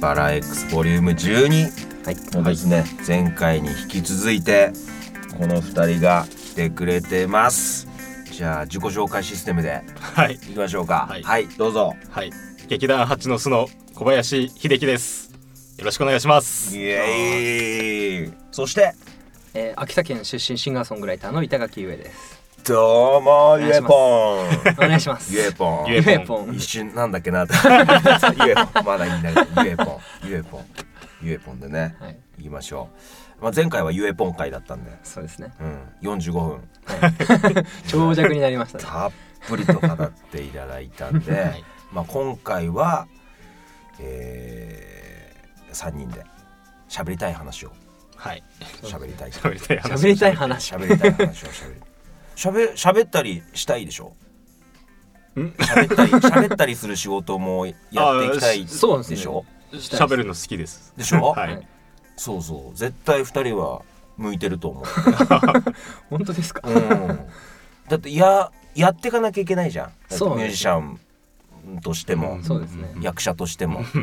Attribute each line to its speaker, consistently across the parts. Speaker 1: パラ X ボリューム12
Speaker 2: はい
Speaker 1: のですね、前回に引き続いてこの2人が来てくれてますじゃあ自己紹介システムで
Speaker 3: はい
Speaker 1: いきましょうかは、
Speaker 3: はいい
Speaker 1: どうぞ
Speaker 3: はい劇団八の巣の小林秀樹ですよろしくお願いします
Speaker 1: イエーイそして
Speaker 2: えー、秋田県出身シンガーソングライターの板垣 上です。
Speaker 1: どうもゆ
Speaker 2: 願
Speaker 1: え
Speaker 2: いします
Speaker 1: ぽん
Speaker 2: お願いします。
Speaker 1: ゆえぽん
Speaker 3: ゆえぽん
Speaker 2: ぽん
Speaker 1: 一瞬なんだっけ なってゆえぽんまだ言いながらゆえぽんゆえぽんゆえぽんでね、
Speaker 2: はい、
Speaker 1: い、きましょう、まあ、前回はゆえぽん会だったんで、
Speaker 2: そうですね。
Speaker 1: うん、45分
Speaker 2: 長尺になりましたね。
Speaker 1: たっぷりと語っていただいたんで、
Speaker 3: はい
Speaker 1: まあ、今回は、えー、3人で喋りたい話を
Speaker 3: はい
Speaker 1: 喋りたい
Speaker 3: 喋りたい話
Speaker 2: 喋りたい話。
Speaker 1: 喋りたい話を喋る喋喋ったりしたいでしょ
Speaker 3: ん
Speaker 1: 喋ったり喋ったりする仕事もやっていきたい
Speaker 3: あー
Speaker 2: しそうですね
Speaker 1: でしょ
Speaker 3: 喋るの好きです
Speaker 1: でしょ、
Speaker 3: は
Speaker 2: はい
Speaker 3: い
Speaker 1: そうそう絶対2人は向いてると思う、
Speaker 2: 本当ですか。
Speaker 1: うん、 だってややっていかなきゃいけないじゃんだって
Speaker 2: そう
Speaker 1: ミュージシャンとしても、
Speaker 3: うん
Speaker 2: そうですね。
Speaker 1: 役者としても
Speaker 3: うんう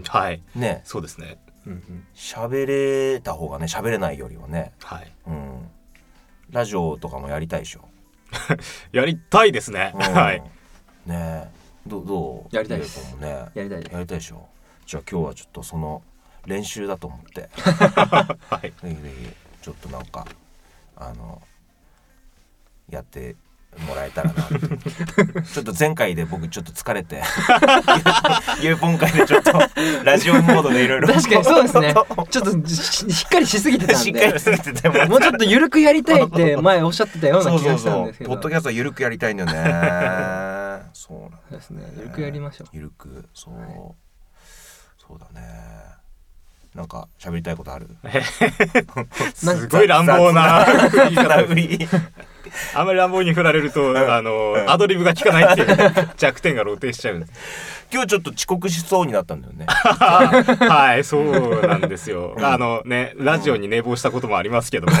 Speaker 3: んはい
Speaker 1: ね
Speaker 3: そうですね
Speaker 2: うんうん
Speaker 1: 喋れた方がね喋れないよりはね、
Speaker 3: はい
Speaker 1: うん、ラジオとかもやりたいでしょ、
Speaker 3: やりたいですね
Speaker 1: うん
Speaker 3: はい
Speaker 1: ねどうどう
Speaker 2: やりたいです
Speaker 1: ゆうこもね
Speaker 2: やりたいです
Speaker 1: やりたいでしょじゃあ今日はちょっとその練習だと思って ぜ
Speaker 3: はい
Speaker 1: ひぜひちょっとなんかあのやってもらえたらなって ちょっと前回で僕ちょっと疲れて ゆうぽん会でちょっとラジオモードでいろいろ
Speaker 2: 確かにそうで すね。ちょっとししっかりしすぎてたん
Speaker 1: しっか
Speaker 2: で
Speaker 1: り。すぎてても
Speaker 2: もうちょっと緩くやりたいって前おっしゃってたよう
Speaker 1: そ
Speaker 2: な
Speaker 1: う
Speaker 2: 気
Speaker 1: そ
Speaker 2: が
Speaker 1: う
Speaker 2: したん
Speaker 1: そ
Speaker 2: です
Speaker 1: う
Speaker 2: け
Speaker 1: ポ
Speaker 2: ど。
Speaker 1: ッド
Speaker 2: そう
Speaker 1: キャストはゆるくやりたいんだよ ねそうなんだ
Speaker 2: ですね。緩くやりましょう。
Speaker 1: ゆるくそう、
Speaker 2: はい
Speaker 1: そうだねなんか喋りたいことあ る
Speaker 3: すごい乱暴な言い方
Speaker 1: 振り
Speaker 3: あまり乱暴に振られるとあのアドリブが効かないっていう弱点が露呈しちゃうんです
Speaker 1: 今日ちょっと遅刻しそうになったんだよね
Speaker 3: はいそうなんですよあのねラジオに寝坊したこともありますけども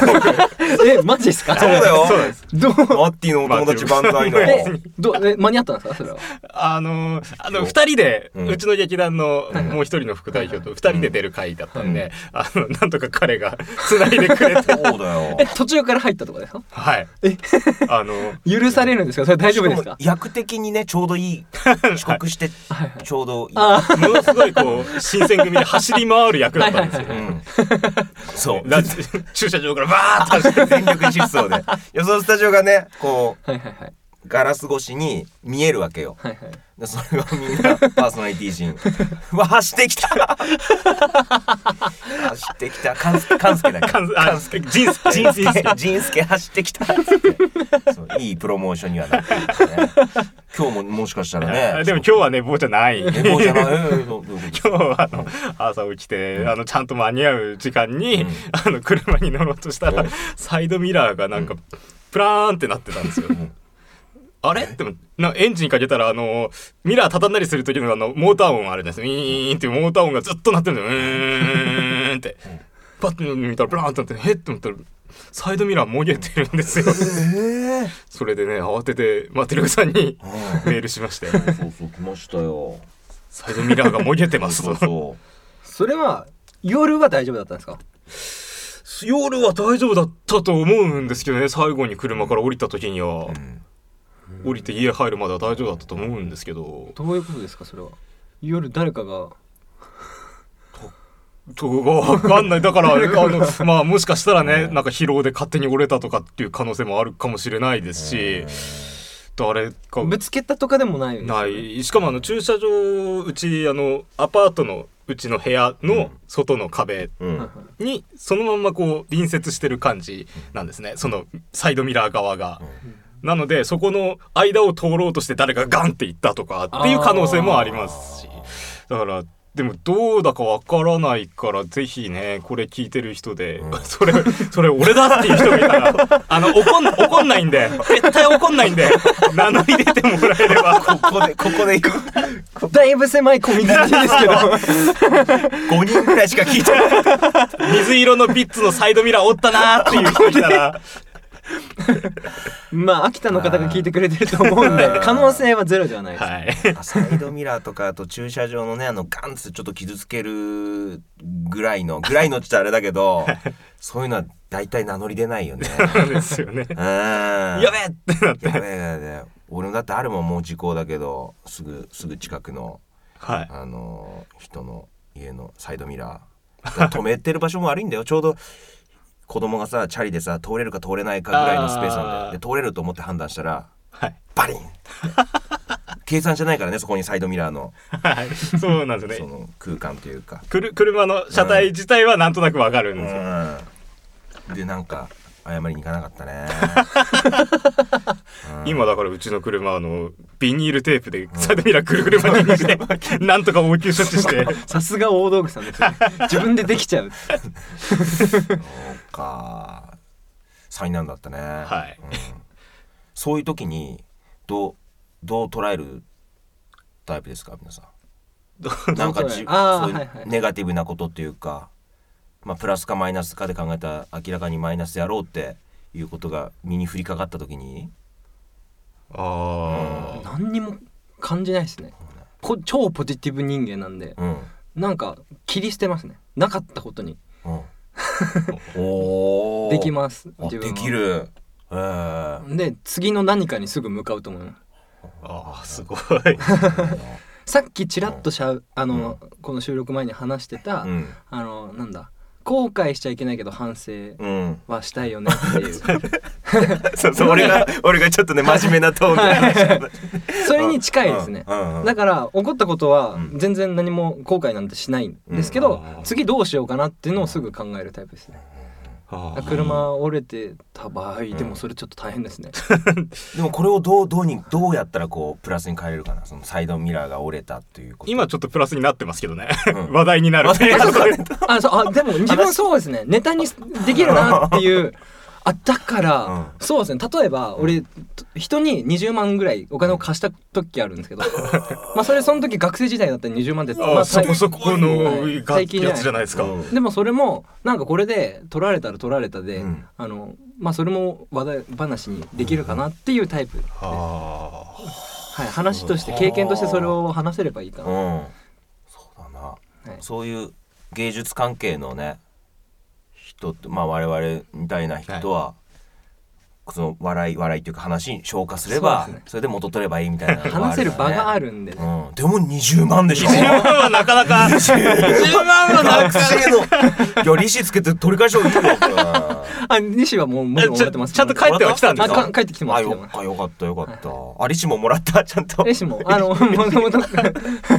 Speaker 2: え、マジですか。
Speaker 1: そうだよ
Speaker 3: そうです
Speaker 2: どう、
Speaker 1: マッティのお友達万歳の
Speaker 3: マッテ
Speaker 2: え、どう、え、間に合ったんですか、それは。
Speaker 3: あのあの2人で、
Speaker 1: う
Speaker 3: うんちの劇団のもう一人の副代表と2人で出る回だったんで、あのなんとか彼が つないでくれて
Speaker 1: そうだよ
Speaker 2: え、途中から入ったとかですか。
Speaker 3: はい
Speaker 2: え
Speaker 3: あの
Speaker 2: 許されるんですか、それ大丈夫ですか。
Speaker 1: しも役的にねちょうどいい遅刻してちょうどいい、
Speaker 2: あ
Speaker 3: ものすごいこう新選組で走り回る役だったんですよ
Speaker 1: う。 ん、そう
Speaker 3: だって駐車場からバーッと走って
Speaker 1: 全力疾走で予想スタジオがねこ
Speaker 2: あ、はいはいはい。
Speaker 1: うガラス越しに見えるわけよ
Speaker 2: はいはい。
Speaker 1: でそれをみんな パーソナリティ陣うわ走ってきた 走ってきたかんすかんすけだ
Speaker 3: か
Speaker 1: け
Speaker 3: んあ人生
Speaker 1: ジンス
Speaker 3: 人
Speaker 1: ケ
Speaker 3: 生
Speaker 1: ジンスケ走ってきたっつってそういいプロモーションにはなってるんですね今日ももしかしたらね
Speaker 3: でも今日は寝坊じゃない。
Speaker 1: 寝坊じゃない ええどうどういうこと
Speaker 3: 今日はあの朝起きてあのちゃんと間に合う時間に、
Speaker 1: うん
Speaker 3: あの車に乗ろうとしたら、
Speaker 1: うん
Speaker 3: サイドミラーがなんか、
Speaker 1: うん
Speaker 3: プラーンってなってたんですよ。
Speaker 1: ん
Speaker 3: あれでもなエンジンかけたらあのミラー畳んだりする時のあのモーター音あるじゃないですかウィーンっていうモーター音がずっと鳴ってるんですようーんってパッと見たらプラーンってなってへっと思ったらサイドミラーもげてるんですよ
Speaker 1: ええ
Speaker 3: それでね慌ててマテルさんに
Speaker 1: う
Speaker 3: メールしまして
Speaker 1: んそうそう来ましたよ
Speaker 3: サイドミラーがもげてます
Speaker 1: そう
Speaker 3: と
Speaker 1: そ
Speaker 2: それは夜は大丈夫だったんですか。
Speaker 3: 夜は大丈夫だったと思うんですけどね最後に車から降りた時には
Speaker 1: う、うん、
Speaker 3: 降りて家入るまでは大丈夫だったと思うんですけど
Speaker 2: どういうことですかそれは。夜誰かが。
Speaker 3: とがわかんないだからあれかあのまあもしかしたらねなんか疲労で勝手に折れたとかっていう可能性もあるかもしれないですし誰か
Speaker 2: ぶつけたとかでもないですよね、
Speaker 3: ないしかもあの駐車場うちあのアパートのうちの部屋の外の壁
Speaker 1: うん
Speaker 2: はいはい
Speaker 3: にそのまんまこう隣接してる感じなんですねそのサイドミラー側が。なのでそこの間を通ろうとして誰かがガンって行ったとかっていう可能性もありますしだからでもどうだかわからないからぜひねこれ聞いてる人で、 それそれ俺だっていう人がいた らあの怒ん怒んないんで絶対怒んないんで名乗り出てもらえれば
Speaker 1: ここでここで行く
Speaker 2: だいぶ狭いコミュニティですけど
Speaker 1: 5人ぐらいしか聞いてない
Speaker 3: 水色のビッツのサイドミラーおったなーっていう人いたら
Speaker 2: まあ秋田の方が聞いてくれてると思うんで
Speaker 1: あー
Speaker 2: 可能性はゼロではないです、
Speaker 3: はい。
Speaker 1: あサイドミラーとかあと駐車場のねあのガンってちょっと傷つけるぐらい のぐらいのって言ったらあれだけどそういうのは大体名乗り出ない よね。
Speaker 3: なんですよね。
Speaker 1: うんや
Speaker 3: やべえってなって。
Speaker 1: やべえやべえ俺もだってあるもんもう時効だけどすぐすぐ近くの
Speaker 3: はい。
Speaker 1: あのー人の家のサイドミラー止めてる場所も悪いんだよちょうど子供がさチャリでさ通れるか通れないかぐらいのスペースなんだよ
Speaker 3: あー
Speaker 1: で通れると思って判断したら
Speaker 3: はい。
Speaker 1: バリンって 計算じゃないからねそこにサイドミラーの
Speaker 3: はい。そうなんです
Speaker 1: そ
Speaker 3: よね。
Speaker 1: の空間というか。
Speaker 3: くる車の車体自体はなんとなくわかるんですよ。
Speaker 1: うんでなんか謝りに行かなかった ね。うん
Speaker 3: 今だからうちの車あのビニールテープでサイドミラーくるくる巻き にしてなんとか応急処置して
Speaker 2: さすが大道具さんで すね自分でできちゃう
Speaker 1: そうか災難だったね、
Speaker 3: はい
Speaker 1: うんそういう時にどうどう捉えるタイプですか皆さんなんかじ
Speaker 2: どう捉えるあー
Speaker 1: そうい
Speaker 2: はいうはい
Speaker 1: ネガティブなことっていうか、まあ、プラスかマイナスかで考えたら明らかにマイナスやろうっていうことが身に降りかかった時に
Speaker 3: あ
Speaker 2: 何にも感じないですねこ超ポジティブ人間なんで
Speaker 1: うん、
Speaker 2: なんか切り捨てますねなかったことに
Speaker 1: うん、おー
Speaker 2: できます
Speaker 1: あ
Speaker 2: 自分は
Speaker 1: できるえー
Speaker 2: で次の何かにすぐ向かうと思います
Speaker 3: ーあーすごい
Speaker 2: さっきちらっとしゃうあの、この収録前に話してた、
Speaker 1: うん
Speaker 2: あのなんだ後悔しちゃいけないけど反省
Speaker 1: うん
Speaker 2: はしたいよねっていう
Speaker 1: そうそう俺が俺がちょっとね真面目なトーンで話しちゃった
Speaker 2: それに近いですね、
Speaker 1: うんうんうん
Speaker 2: だから起こったことは
Speaker 1: うん
Speaker 2: 全然何も後悔なんてしないんですけど、
Speaker 3: うん
Speaker 2: 次どうしようかなっていうのをすぐ考えるタイプですね、
Speaker 3: あー
Speaker 2: 車折れてた場合でもそれちょっと大変ですね、
Speaker 1: でもこれをどうどうにどうやったらこうプラスに変えれるかなそのサイドミラーが折れたっていうこと
Speaker 3: 今ちょっとプラスになってますけどね、
Speaker 1: うん
Speaker 3: 話題になるっていうことで
Speaker 2: あそうあでも自分そうですねネタにできるなっ ていうあだから、
Speaker 1: うん
Speaker 2: そうですね例えば俺と人に20万ぐらいお金を貸した時あるんで すけどまあそれその時学生時代だったら20万で、
Speaker 3: あ
Speaker 2: ま
Speaker 3: ーそこそこの
Speaker 2: はい
Speaker 3: 楽器やつじゃないですか、
Speaker 1: うん
Speaker 2: でもそれもなんかこれで取られたら取られたで、
Speaker 1: うん
Speaker 2: あのまあそれも話題話にできるかなっていうタイプ、
Speaker 3: あ
Speaker 2: はい、話として経験としてそれを話せればいいかな、
Speaker 1: う
Speaker 2: は
Speaker 1: んそうだな、
Speaker 2: い、
Speaker 1: そういう芸術関係のね人ってまあ我々みたいな人は、その笑い笑いというか話に消化すれば
Speaker 2: そ
Speaker 1: そ,、
Speaker 2: うですね
Speaker 1: れで元取ればいいみたいなのが
Speaker 2: 話せる場があ
Speaker 1: る
Speaker 2: るんで、
Speaker 1: か
Speaker 2: ね、
Speaker 1: らね、うん、でも20万でしょ
Speaker 3: ー20万はなかなか20万はな
Speaker 1: 学
Speaker 3: か
Speaker 1: 生のいや利子つけて取り返しよういいよこれ
Speaker 2: あ西はもうもう
Speaker 3: え
Speaker 2: 終わってます
Speaker 3: ちゃちゃんと帰ってはきたんです
Speaker 2: あ
Speaker 3: か
Speaker 2: か帰ってきてま
Speaker 1: あ
Speaker 2: す
Speaker 1: よ
Speaker 2: 来てます
Speaker 1: かよかったよかった、あ利子ももらったちゃん と
Speaker 2: えしも、あの、 もともと、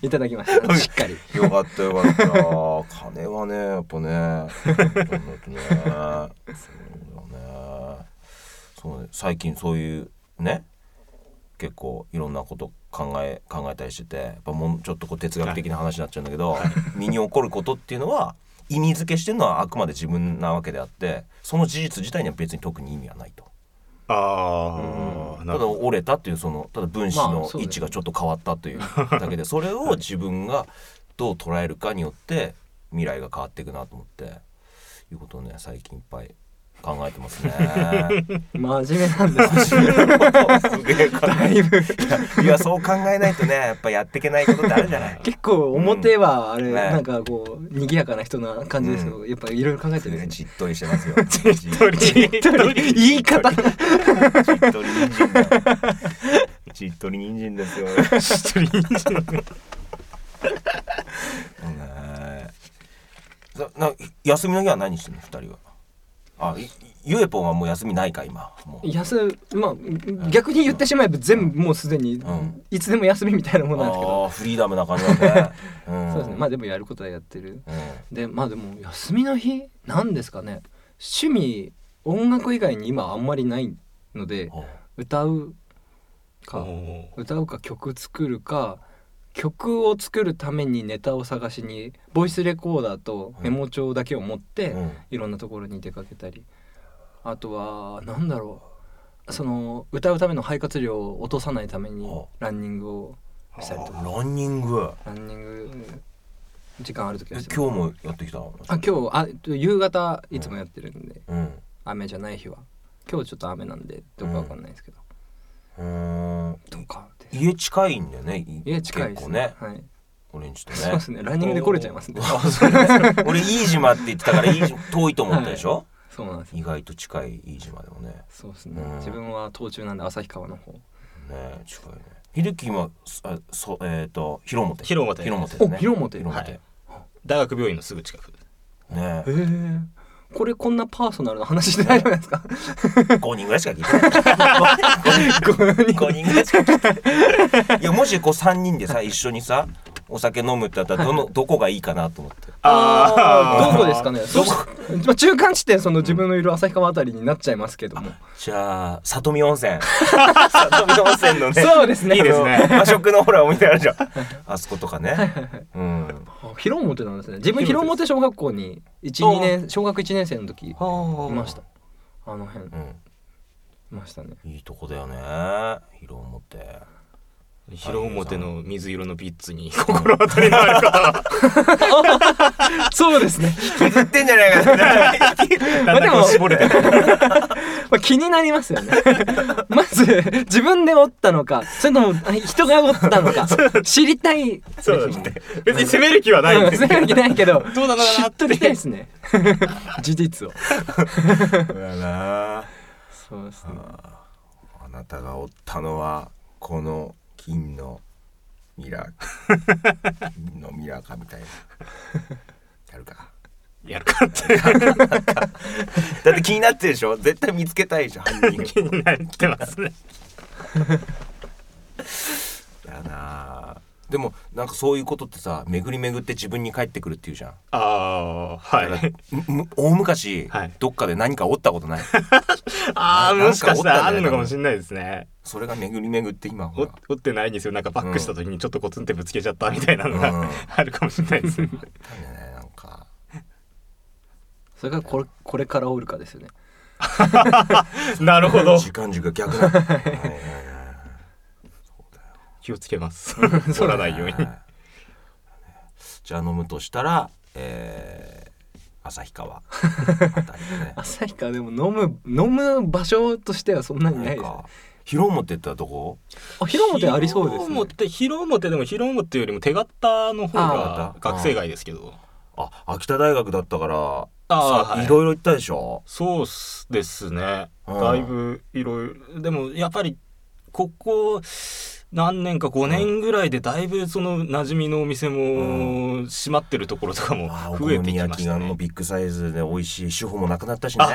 Speaker 2: いただきました。しっかり。
Speaker 1: よかったよかった。金はね、やっぱね。本当にねそうだね。そうね最近そういうね、結構いろんなこと考え考えたりしてて、やっぱもうちょっとこう哲学的な話になっちゃうんだけど、身に起こることっていうのは意味付けしてるのはあくまで自分なわけであって、その事実自体には別に特に意味はないと。
Speaker 3: あー
Speaker 1: た
Speaker 3: なる
Speaker 1: だ
Speaker 3: ほど
Speaker 1: 折れたっていうそのただ分子
Speaker 2: まあ
Speaker 1: の
Speaker 2: そうだよね
Speaker 1: 位置がちょっと変わった というだけでそれを自分がどう捉えるかによって未来が変わっていくなと思っていうことをね最近いっぱい考えてます ね。
Speaker 2: 真面目なんです。
Speaker 1: すげえ考え いやいやそう考えないとねやっぱやっていけないことってあるじゃない。
Speaker 2: 結構表はあれ、
Speaker 1: ね
Speaker 2: なんかこう賑やかな人な感じですけど、
Speaker 1: う
Speaker 2: やっぱいろいろ考えてるんです
Speaker 1: じっとりしてます よ。じっ
Speaker 2: ね。言い方
Speaker 1: とり人参だよ。じっとり人参ですよ。
Speaker 3: 一人一 人
Speaker 1: ねそな休みの日は何してんの二人はあいゆえぽんはもう休みないか今もう
Speaker 2: 休まあ逆に言ってしまえば全部もうすでに、
Speaker 1: ん
Speaker 2: いつでも休みみたいなものなんですけど、
Speaker 1: あーフリーダムな感じなんだね、 うん、
Speaker 2: そうですねまあでもやることはやってるでまあでも休みの日なんですかね趣味音楽以外に今あんまりないので
Speaker 1: うん、
Speaker 2: 歌うか、
Speaker 3: お
Speaker 2: 歌うか曲作るか曲を作るためにネタを探しにボイスレコーダーとメモ帳だけを持って、
Speaker 1: うん
Speaker 2: いろんなところに出かけたりあとは何だろうその歌うための肺活量を落とさないために
Speaker 1: あ
Speaker 2: ランニングをしたりとか
Speaker 1: あランニング
Speaker 2: ランニング時間ある時
Speaker 1: え
Speaker 2: は
Speaker 1: 今
Speaker 2: して
Speaker 1: 日もやってきたの
Speaker 2: あ今日あえっと夕方いつもやってるんで、
Speaker 1: うん
Speaker 2: 雨じゃない日は今日ちょっと雨なんでどうかわかんないですけど、
Speaker 1: うーん
Speaker 2: どうかって
Speaker 1: 家近いんだよねい
Speaker 2: 家近いで
Speaker 1: 結
Speaker 2: す
Speaker 1: 構ね
Speaker 2: はい、
Speaker 1: オレンジとね
Speaker 2: そうですねランニングで来れちゃいますね
Speaker 1: おーあ そうなんです俺飯島って言ってたから飯島遠いと思ったでしょ、
Speaker 2: そうなんですよ
Speaker 1: 意外と近い飯島でもね
Speaker 2: そうですね、
Speaker 1: うん
Speaker 2: 自分は途中なんで旭川の方
Speaker 1: ね近いね秀樹今あそえっ、と広本
Speaker 3: 広本
Speaker 1: 広本だよね
Speaker 2: お広本
Speaker 1: 広本、
Speaker 3: はい大学病院のすぐ近く
Speaker 1: ね
Speaker 2: へえこれこんなパーソナルな話してないじゃないです か
Speaker 1: 5人ぐらいしか聞いてない5人ぐらいしか聞いて ないいやもしこう3人でさ一緒にさお酒飲むってなったらどのどこがいいかなと思って
Speaker 3: あー
Speaker 2: どこですかねそうまあ中間地点その自分のいる旭川あたりになっちゃいますけども、
Speaker 1: じゃあ里見温泉里見温泉の ね
Speaker 2: そうですね
Speaker 3: いいですね
Speaker 1: あの和食のほらお店あるじゃんあそことかねうん
Speaker 2: あ広本なんですね自分
Speaker 3: 広
Speaker 2: 広
Speaker 3: 本
Speaker 2: 本小学校に
Speaker 1: あー
Speaker 2: 12年小学1年生の時い
Speaker 1: は
Speaker 2: ましたあの辺い
Speaker 1: うん
Speaker 2: ましたね
Speaker 1: いいとこだよね広面
Speaker 3: 広表の水色のビッツに心当たりのある方は
Speaker 2: そうですね、
Speaker 1: 削ってんじゃないかな
Speaker 3: だんだんこう絞れてる
Speaker 2: まあ、気になりますよね まず自分で折ったのかそれともあ人が折ったのか知りたい
Speaker 3: そうですね 別に責める気はないん
Speaker 2: うん
Speaker 3: です
Speaker 2: そう
Speaker 3: け
Speaker 2: いうわけないけど
Speaker 3: どうなのかなって
Speaker 2: 知っときたいですね 事実を
Speaker 1: そうだな
Speaker 2: そうですね
Speaker 1: あーあなたがおったのはこの金のミラー金のミラーかみたいなやるか
Speaker 3: どやるかって
Speaker 1: だって気になってるでしょ絶対見つけたいじゃん犯人
Speaker 3: 気になってますね
Speaker 1: だなでもなんかそういうことってさ巡り巡って自分に返ってくるっていうじゃん
Speaker 3: ああは
Speaker 1: だから
Speaker 3: い
Speaker 1: むむ大昔、
Speaker 3: はい
Speaker 1: どっかで何かおったことない
Speaker 3: ああ
Speaker 1: なんか
Speaker 3: もしかしたらあ
Speaker 1: 折ったんじゃないかなん
Speaker 3: のかもしれないですね
Speaker 1: それが巡り巡って今ほ
Speaker 3: 折
Speaker 1: ら
Speaker 3: ってないんですよなんかバックした時にちょっとコツンってぶつけちゃったみたいなの
Speaker 1: うん
Speaker 3: が あるかもしれない ですね
Speaker 1: なんだよねなんか
Speaker 2: それからこれこれから折るかですよね
Speaker 3: なるほど
Speaker 1: 時間軸が逆なはいはいはいはい
Speaker 3: 気をつけます 折らないように
Speaker 1: はいじゃあ飲むとしたら、えー、旭 川あたりでね
Speaker 2: 旭川でも飲む飲む場所としてはそんなにないですね
Speaker 1: か広本って言ったらどこ
Speaker 2: あ広表ありそうです
Speaker 3: 広
Speaker 2: ね
Speaker 3: 表広表でも広表よりも手形の方
Speaker 1: あ
Speaker 3: が
Speaker 1: ー
Speaker 3: 学生街ですけど
Speaker 1: あ秋田大学だったから
Speaker 3: あー
Speaker 1: さ
Speaker 3: はい
Speaker 1: いろいろ行ったでしょ
Speaker 3: そうっすですね
Speaker 1: うん
Speaker 3: だいぶいろいろでもやっぱりここ何年か5年ぐらいでだいぶその馴染みのお店も閉まってるところとかも
Speaker 1: あーお好
Speaker 3: 増えて
Speaker 1: み
Speaker 3: き
Speaker 1: 焼
Speaker 3: ま
Speaker 1: き
Speaker 3: し
Speaker 1: が
Speaker 3: た
Speaker 1: の
Speaker 3: ね
Speaker 1: ビッグサイズで美味しい手法もなくなったしね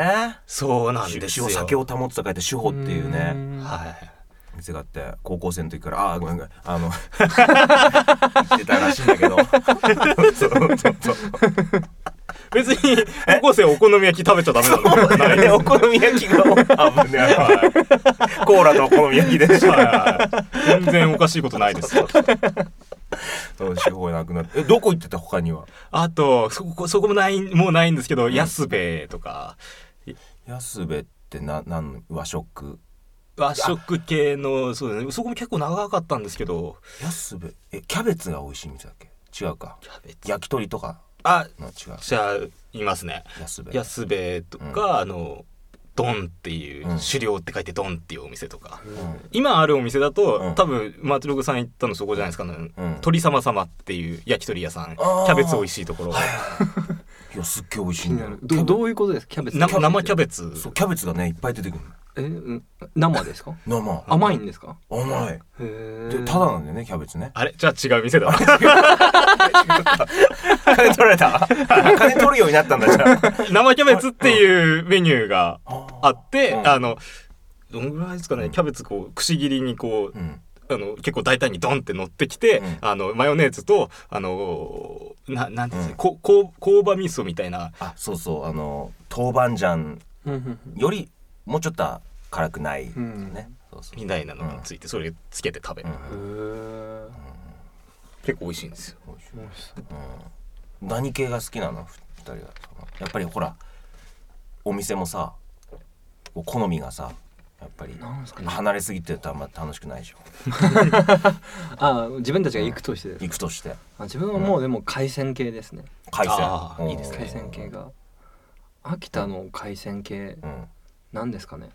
Speaker 3: そうなん
Speaker 1: で
Speaker 3: です
Speaker 1: 酒
Speaker 3: よ
Speaker 1: を酒を保つと書いて手法っていうね
Speaker 3: はい
Speaker 1: 店があって高校生の時からああーごめんごめんあの 行ってたらしいんだけどそうそうそう
Speaker 3: 別に高校生お好み焼き食べちゃダメなんだからない
Speaker 1: ね、 お好み焼きが多分ね、コーラとお好み焼きでし
Speaker 3: はいはい全然おかしいことないですよ
Speaker 1: ょ手法なくなってえどこ行ってた他には
Speaker 3: あとそこそこもないもうないんですけど安兵衛とか
Speaker 1: 安部ってななん和食
Speaker 3: 和食系のそうですねそこも結構長かったんですけど
Speaker 1: 安部えキャベツが美味しい店だっけ違うか
Speaker 3: キャベツ
Speaker 1: 焼き鳥とか
Speaker 3: あ
Speaker 1: の違う
Speaker 3: じゃあいますね
Speaker 1: 安部
Speaker 3: 安兵衛とか、あのドンっていう、
Speaker 1: うん
Speaker 3: 狩猟って書いてドンっていうお店とか、
Speaker 1: うん
Speaker 3: 今あるお店だと、
Speaker 1: うん
Speaker 3: 多分松六さん行ったのそこじゃないですか、ね
Speaker 1: うん
Speaker 3: 鳥様様っていう焼き鳥屋さんキ
Speaker 1: あー
Speaker 3: ャベツ美味しいところ、
Speaker 1: いやすっげえ美味しい
Speaker 2: 気
Speaker 1: ん
Speaker 2: に
Speaker 1: だ
Speaker 2: な
Speaker 1: よ
Speaker 2: るどどういうことですかキャベツ
Speaker 3: な生キャベツ
Speaker 1: そうキャベツがねいっぱい出てくるの
Speaker 2: えうん生ですか
Speaker 1: 生
Speaker 2: 甘いんですか
Speaker 1: 甘い
Speaker 2: へえ
Speaker 1: でただなんだよねキャベツね
Speaker 3: あれじゃあ違う店だ わ
Speaker 1: 金取られた 金取るようになったんだじゃあ
Speaker 3: 生キャベツっていうメニューが あって、
Speaker 1: うん
Speaker 3: あのどのぐらいですかね、キャベツこうくし切りにこう、
Speaker 1: うん
Speaker 3: あの結構大胆にドンって乗ってきて、
Speaker 1: うん
Speaker 3: あのマヨネーズとあのななんていうんですか、
Speaker 1: うん
Speaker 3: ここう香ば味噌みたいな
Speaker 1: あそうそうあの豆板醤
Speaker 2: うんうんうん
Speaker 1: よりもうちょっと辛くない、
Speaker 2: うん
Speaker 1: ねそうそう
Speaker 3: みたいなのがついてそれつけて食べる、
Speaker 2: へー
Speaker 3: 結構美味しいんですよ
Speaker 1: 美味しいうん何系が好きなのふ二人はやっぱりほらお店もさこう好みがさやっぱり
Speaker 2: なんですかね
Speaker 1: 離れすぎてるとあんま楽しくないでしょ
Speaker 2: あ自分たちが行くとしてです
Speaker 1: 行くとして
Speaker 2: あ自分はもうでも海鮮系ですね
Speaker 1: 海鮮
Speaker 3: あー
Speaker 1: うん
Speaker 3: いいですね
Speaker 2: 海鮮系が秋田の海鮮系
Speaker 1: うん
Speaker 2: 何ですかね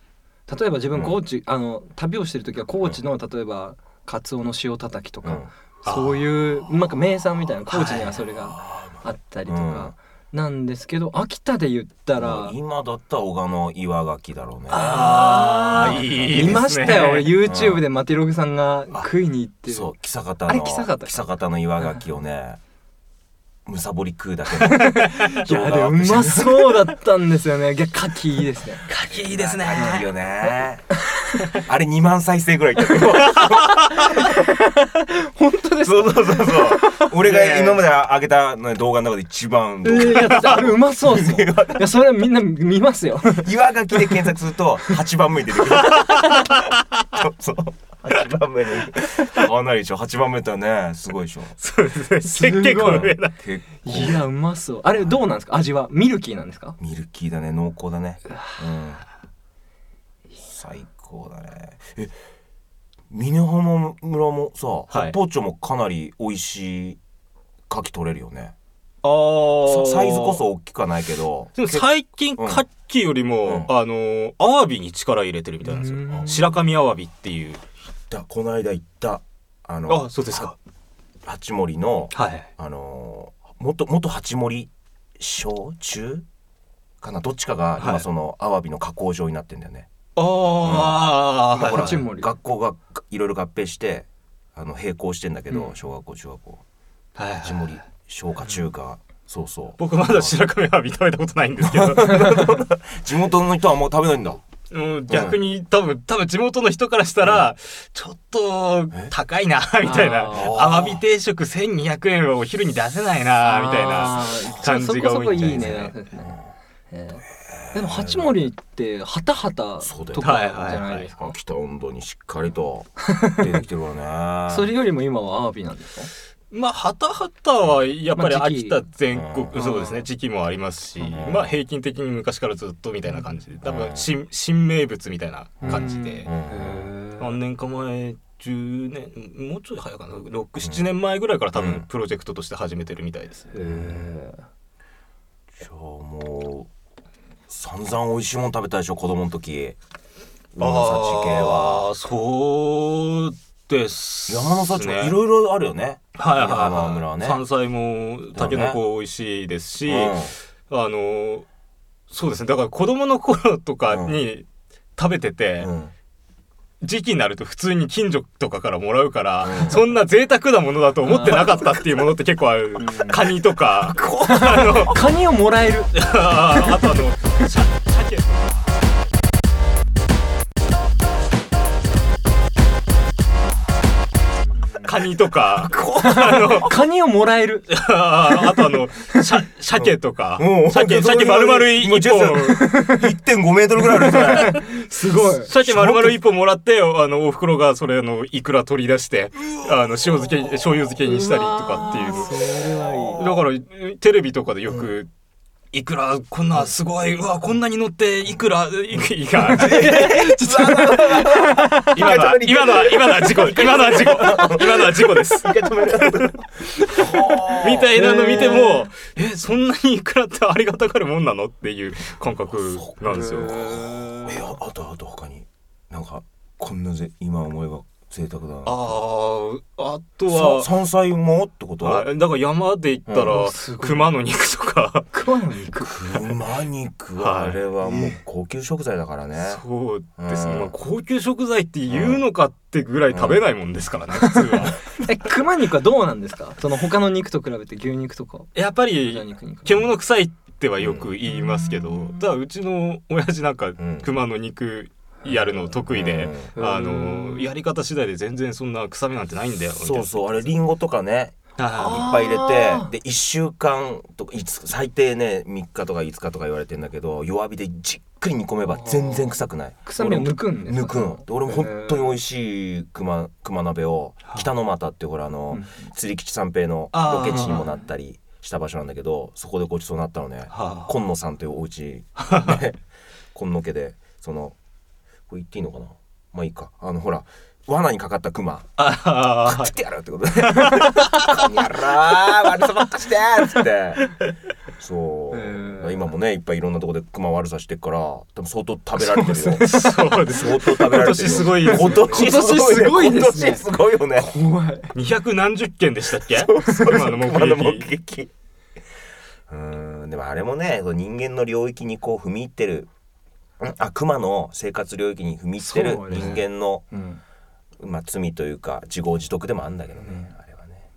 Speaker 2: 例えば自分
Speaker 1: うん
Speaker 2: 高知、あの旅をしてる時は高知の例えばカツオの塩たたきと
Speaker 1: う
Speaker 2: か、
Speaker 1: ん
Speaker 2: そういうなんか名産みたいな高知にはそれが
Speaker 1: あ
Speaker 2: あったりとかなんですけど、秋田で言った
Speaker 1: ー
Speaker 2: ら
Speaker 1: 今だったら小鹿の岩ガキだろうね
Speaker 3: あーいいですね
Speaker 2: 見ましたよ俺 YouTube でマテログさんが食いに行ってる
Speaker 1: そう木坂
Speaker 2: あ
Speaker 1: の
Speaker 2: れ木坂か
Speaker 1: の岩ガキをねむさぼり食うだけの
Speaker 2: いやあれうまそうだったんですよねいや牡蠣いいですね
Speaker 3: カキいいですね
Speaker 1: いいよねあれ2万再生ぐらいいったよ
Speaker 2: 本当です
Speaker 1: そう そうそうそう俺が今まで上げたね動画の中で一番動画
Speaker 2: いやだってあれうまそうっすもんいやそれはみんな見ますよ
Speaker 1: 岩垣で検索すると8番目に出てくるそう8番目にかなりでしょ8番目ってねすごいでしょ
Speaker 3: そうですね結構上だ
Speaker 1: 結構
Speaker 2: いやうまそうあれどうなんですか味はミルキーなんですか
Speaker 1: ミルキーだね濃厚だねうん最高だねえ峰浜村もさ、
Speaker 3: い
Speaker 1: 八方町もかなり美味しい牡蠣取れるよね
Speaker 3: あー
Speaker 1: さサイズこそ大きくはないけど
Speaker 3: でも最近
Speaker 1: うん
Speaker 3: カキよりも、
Speaker 1: う
Speaker 3: あのーアワビに力入れてるみたいなんですよ
Speaker 2: うん
Speaker 3: 白神アワビっていう
Speaker 1: だこの間行ったあの
Speaker 3: あそうですか
Speaker 1: は八森の
Speaker 3: はい
Speaker 1: あのー、元元八森小中かなどっちかが
Speaker 3: は
Speaker 1: 今
Speaker 3: い
Speaker 1: そのアワビの加工場になってんだよね。
Speaker 3: あ
Speaker 1: 今
Speaker 3: あ、
Speaker 1: ほら
Speaker 2: 八森
Speaker 1: 学校がいろいろ合併してあの並行してんだけど、小学校中学校
Speaker 3: はいはい
Speaker 1: 八森小か中か、そうそう
Speaker 3: 僕まだ白神アワビ食べたことないんで すけど
Speaker 1: 地元の人はもう食べないんだ。
Speaker 3: もう逆に多分多分地元の人からしたら、ちょっと高いなみたいな
Speaker 2: あ
Speaker 1: ー
Speaker 3: アワビ定食1200円はお昼に出せないなみたいな
Speaker 2: あー
Speaker 3: 感じが多いんじゃないですかね
Speaker 2: そこそこいい値段ですねえーでも八森ってハタハタ
Speaker 1: そうだよ
Speaker 2: とかじゃないですか
Speaker 1: 秋田温度にしっかりと出てきてるから ね。
Speaker 2: それよりも今はアワビなんですか
Speaker 3: まあはたはたはやっぱり
Speaker 2: まあ時
Speaker 3: 秋
Speaker 2: 期
Speaker 3: 田全国、
Speaker 1: うん
Speaker 3: そうですね時期もありますし、
Speaker 1: ん
Speaker 3: まあ平均的に昔からずっとみたいな感じで多
Speaker 1: う
Speaker 3: 分
Speaker 1: ん
Speaker 3: 新新名物みたいな感じで
Speaker 1: う
Speaker 2: へ
Speaker 1: ん
Speaker 3: 何年か前10年もうちょい早いかな67年前ぐらいから多
Speaker 1: うん
Speaker 3: 分プロジェクトとして始めてるみたいです、
Speaker 2: え
Speaker 1: じゃあもう散々美味しいもん食べたでしょ子供の時
Speaker 3: あ
Speaker 1: 山の幸系は
Speaker 3: ーそうですね
Speaker 1: 山の幸もいろいろあるよね
Speaker 3: はいはい
Speaker 1: 山の村
Speaker 3: は、
Speaker 1: はいね
Speaker 3: 山菜もたけのこ美味しいですし、あのそうですねだから子供の頃とかに食べてて、
Speaker 1: うんうん
Speaker 3: 時期になると普通に近所とかからもらうから、
Speaker 1: うん
Speaker 3: そんな贅沢なものだと思ってなかったっていうものって結構あるカニ とかあの
Speaker 2: カニをもらえる
Speaker 3: あとあの鮭カニとかあの
Speaker 2: カニをもらえる
Speaker 3: ああとあの、シャ鮭とか
Speaker 1: うん、
Speaker 3: 鮭、鮭丸々一
Speaker 1: もうジェ
Speaker 3: 本、
Speaker 1: 1.5メートルぐらいあるよそれ
Speaker 2: すごい
Speaker 3: 鮭丸々一本もらって、あの、お袋がそれ、あの、いくら取り出して、あの、塩漬けに、醤油漬けにしたりとかっていう。
Speaker 2: それはい
Speaker 3: だから、テレビとかでよく、いくら、こんな、すごい、うわ、こんなに乗って、いくら、いく いか、今のは、今のは、今のは事故、今のは事故、今のは事故です。
Speaker 1: 一回止める
Speaker 3: みたいなの見ても、え、そんなにいくらってありがたがるもんなのっていう感覚なんですよ。
Speaker 1: いやあとあと他になんかこんなぜ今思えば贅沢だな
Speaker 3: ああ、あと
Speaker 1: さ
Speaker 3: は、
Speaker 1: 山菜もってことは
Speaker 3: あだから山で行った
Speaker 1: う
Speaker 3: ら
Speaker 2: んす、ごい
Speaker 3: 熊の肉とか、
Speaker 2: 食わない肉
Speaker 1: 馬肉
Speaker 3: は
Speaker 1: はいあれはもう高級食材だからね
Speaker 3: そうですね。
Speaker 1: うん
Speaker 3: まあ高級食材って言うのかってぐらい食べないもんですからね、普通 は。
Speaker 2: え熊肉はどうなんですかその他の肉と比べて牛肉とか
Speaker 3: やっぱ
Speaker 2: 豚
Speaker 3: り、
Speaker 2: 肉に比べて
Speaker 3: 獣臭いってはよく言いますけど、ただうちの親父なんか
Speaker 1: ん、
Speaker 3: 熊の肉やるの得意で、
Speaker 2: うん
Speaker 3: あの、やり方次第で全然そんな臭みなんてないんだよ。
Speaker 1: そう
Speaker 3: う。
Speaker 1: そうあれリンゴとかねい
Speaker 3: あ
Speaker 1: っぱい入
Speaker 2: あ
Speaker 1: れ
Speaker 2: ー
Speaker 1: てで1週間とかいつ最低ね3日とか5日とか言われてんだけど弱火でじっくり煮込めば全然臭くない
Speaker 2: 臭みを抜くんで
Speaker 1: 抜
Speaker 2: すか
Speaker 1: くので俺も本当に美味しい熊熊鍋を北の又ってほらあの
Speaker 2: うん
Speaker 1: 釣り吉三平のロケ地にもなったりした場所なんだけどそこでごちそうになったのね
Speaker 3: はあ
Speaker 1: 今野さんというお 家で今野家でそのこれ言っていいのかなまあいいかあのほら罠にかかった熊
Speaker 3: あー
Speaker 1: 食ってやるってことで 「この野郎悪さばっかして!」っつってそう、
Speaker 2: へー
Speaker 1: 今もねいっぱいいろんなとこで熊悪さしてっから多分相当食べられてるよ
Speaker 3: そうですね
Speaker 1: 相当食べられてるよ
Speaker 3: 今年すごいですね
Speaker 1: 今年すごいね
Speaker 2: 今年すごいで
Speaker 1: 今年
Speaker 2: すね
Speaker 1: すごいよね
Speaker 2: 怖い
Speaker 3: 200何十件でしたっけ今の目
Speaker 1: 熊の目
Speaker 3: 撃
Speaker 1: 撃うーんでもあれもね人間の領域にこう踏み入ってるんあ熊の生活領域に踏み入ってる
Speaker 2: そうね
Speaker 1: 人間の、
Speaker 2: うん
Speaker 1: まあ、罪というか自業自得でもあるんだけどね、あれはね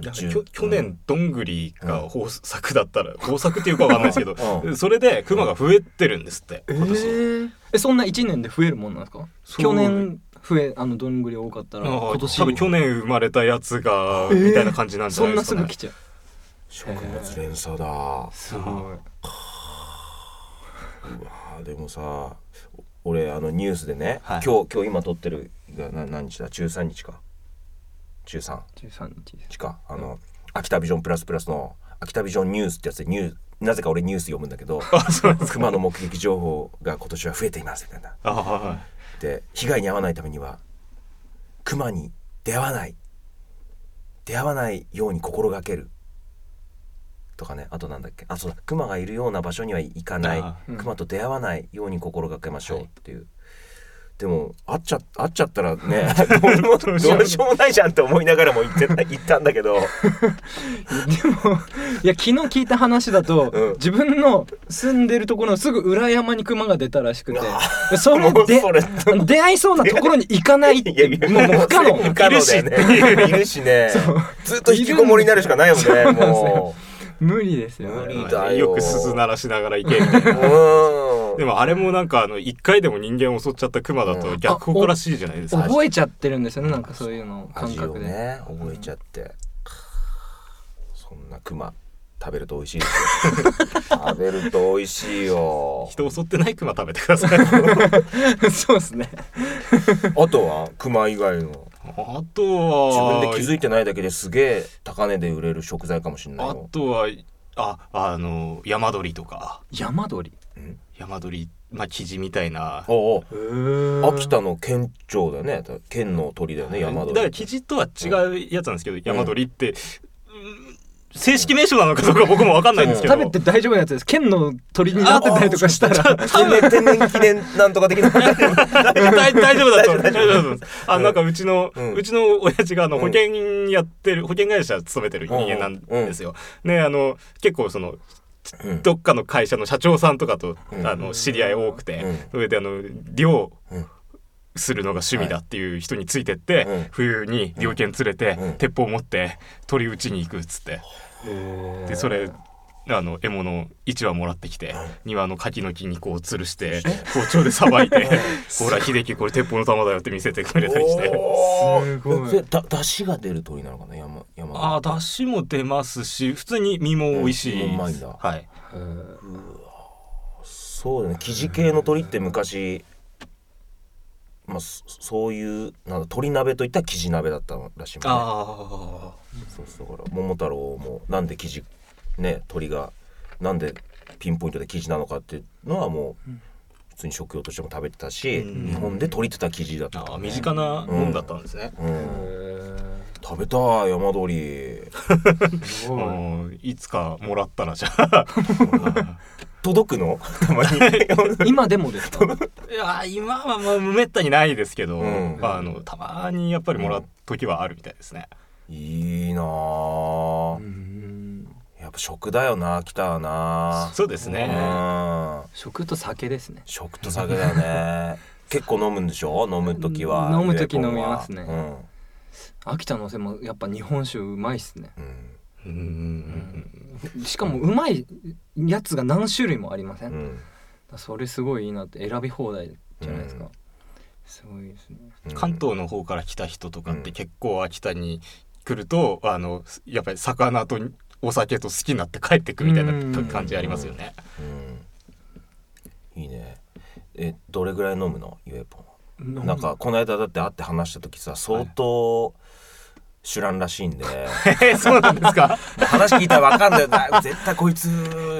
Speaker 3: いや
Speaker 1: 十
Speaker 3: きょ去年どんぐりが豊作だったら豊作っていうかわかんないですけど、
Speaker 1: うん
Speaker 3: それでクマが増えてるんですって
Speaker 2: え
Speaker 3: 今年、
Speaker 2: ーえそんな一年で増えるもんなんですか
Speaker 3: そう
Speaker 2: 去年増えあのどんぐり多かったら
Speaker 3: なんか
Speaker 2: 今年
Speaker 3: 多分去年生まれたやつが、
Speaker 2: えー
Speaker 3: みたいな感じなんじゃ
Speaker 2: そ
Speaker 3: ない
Speaker 2: ん
Speaker 3: で
Speaker 2: な
Speaker 3: す
Speaker 2: す
Speaker 3: か、
Speaker 2: ぐ
Speaker 3: ね
Speaker 2: 来、ちゃう
Speaker 1: 食物連鎖だ
Speaker 2: すごい
Speaker 1: あーでもさお俺あのニュースでね、
Speaker 3: はい
Speaker 1: 今日今日今撮ってるがな何日だ13日か13
Speaker 2: 13日です
Speaker 1: 日かあの、秋田ビジョンプラスプラスの秋田ビジョンニュースってやつでニューなぜか俺ニュース読むんだけど熊の目撃情報が今年は増えていますみたいな
Speaker 3: あはいはい
Speaker 1: で被害に遭わないためには熊に出会わない出会わないように心がけるとかねあとなんだっけあそうだ熊がいるような場所には行かない
Speaker 3: あ
Speaker 2: ーうん
Speaker 1: 熊と出会わないように心がけましょう
Speaker 3: は
Speaker 1: っ
Speaker 3: い
Speaker 1: ていう、でも会っちゃ会っちゃったらねどうにもどうしようもないじゃんって思いながらも言ってた言ったんだけど
Speaker 2: でもいや昨日聞いた話だと、
Speaker 1: うん
Speaker 2: 自分の住んでるところのすぐ裏山にクマが出たらしくてでそれ
Speaker 1: もう
Speaker 2: で
Speaker 1: それ
Speaker 2: あ の出会いそうなところに行かないっていうもうもう不可能
Speaker 1: 不可能だよねいるしねずっと引きこもりになるしかないよねも
Speaker 2: 無理ですよ
Speaker 1: 無理
Speaker 2: あれは
Speaker 1: だよ
Speaker 3: よく鈴鳴らしながら行けみたいな
Speaker 1: ううん
Speaker 3: でもあれもなんかあの1回でも人間を襲っちゃったクマだと逆効果らしいじゃないですか、
Speaker 2: 覚えちゃってるんですよねなんかそういうの感
Speaker 1: 味を
Speaker 2: 覚で、
Speaker 1: ね覚えちゃって、そんなクマ食べると美味しいですよ 食べると美味しいよ
Speaker 3: 人を襲ってないクマ食べてください
Speaker 2: そうですね
Speaker 1: あとはクマ以外の
Speaker 3: あとは
Speaker 1: 自分で気づいてないだけですげえ高値で売れる食材かもしれない
Speaker 3: あ
Speaker 1: よ
Speaker 3: とはああの山鳥とか
Speaker 2: 山鳥
Speaker 3: 山鳥まあキジみたいな
Speaker 1: おうおう
Speaker 2: 秋
Speaker 1: 秋田の県庁だよね県の鳥だよね山鳥
Speaker 3: だからキジとは違うやつなんですけど、山鳥って、うん正式名称なのかどうか僕もわかんないんですけど、
Speaker 2: 食べて大丈夫なやつです県の鳥になってたりとかしたら
Speaker 1: 天然天然記念なんとか的 な
Speaker 3: 大大大丈夫だと思う大丈夫だとあのなんかうちの、
Speaker 1: う
Speaker 3: うんちの親父があの
Speaker 1: ん
Speaker 3: 保険やってる保険会社勤めてる人間なんですよ。ねあの結構その
Speaker 1: うん
Speaker 3: どっかの会社の社長さんとかと、
Speaker 1: うん
Speaker 3: あの知り合い多くて、
Speaker 1: うん
Speaker 3: それであの漁
Speaker 1: うん
Speaker 3: するのが趣味だっていう人についてって、
Speaker 1: うん
Speaker 3: 冬に猟犬連れて、
Speaker 1: うん
Speaker 3: 鉄砲持って鳥撃ちに行くっつって、でそれあの獲物1羽もらってきて庭の柿の木にこう吊るして包丁でさば いて「ほら秀樹これ鉄砲の玉だよ」って見せてくれたりして。
Speaker 1: おー
Speaker 2: すごい
Speaker 1: それだ出汁が出る鳥なのかな山山鳥
Speaker 3: あー出汁も出ますし普通に身も美味しいです、
Speaker 1: うんうまいんだ
Speaker 3: はい
Speaker 1: そうだね生地系の鳥って昔、まあ、そそういうなんだ鳥鍋といったら生地鍋だったらしいもんね
Speaker 3: あ
Speaker 1: そうそうだから桃太郎もなんで生地ね鳥がなんでピンポイントで生地なのかっていうのはもう普通に食用としても食べてたし、
Speaker 3: うん
Speaker 1: 日本で鳥ってた生地だった
Speaker 3: ーあ
Speaker 1: から
Speaker 3: ー
Speaker 1: ね、
Speaker 3: 身近なもんだったんですね、
Speaker 1: うん、食べたい山鳥
Speaker 2: す
Speaker 3: う
Speaker 2: ごい
Speaker 3: んいつかもらったらじゃあ
Speaker 1: 届くのたまに
Speaker 2: 今でもですか
Speaker 3: いやー今はまあめったにないですけど、
Speaker 1: うん
Speaker 3: まあ、あのたまにやっぱりもらう時はあるみたいですね、
Speaker 1: いいなあやっぱ食だよな秋田はな
Speaker 3: そうですね、
Speaker 1: うん
Speaker 2: 食と酒ですね
Speaker 1: 食と酒だよね 結構飲むんでしょ飲む時は
Speaker 2: 飲む時
Speaker 1: ゆえぽんは
Speaker 2: 飲みますね
Speaker 1: うん
Speaker 2: 秋田のおせもやっぱ日本酒うまいっすね
Speaker 1: うん
Speaker 3: うん
Speaker 2: しかもうまいやつが何種類もありません、
Speaker 1: うん
Speaker 2: それすごいいいなって選び放題じゃないですか、
Speaker 1: うん
Speaker 2: すごいですね
Speaker 1: うん
Speaker 3: 関東の方から来た人とかっ
Speaker 1: う
Speaker 3: て
Speaker 1: ん
Speaker 3: 結構秋田に来るとあのやっぱり魚とお酒と好きになって帰ってくみたいな
Speaker 2: うん
Speaker 3: 感じありますよね。
Speaker 1: うんいいねえどれぐらい飲むのゆえぽんは
Speaker 2: 飲む
Speaker 1: なんかこの間だって会って話した時さ相当酒乱らしいんで
Speaker 3: えそうなんですか。
Speaker 1: 話聞いたらわかん ないだ絶対こいつ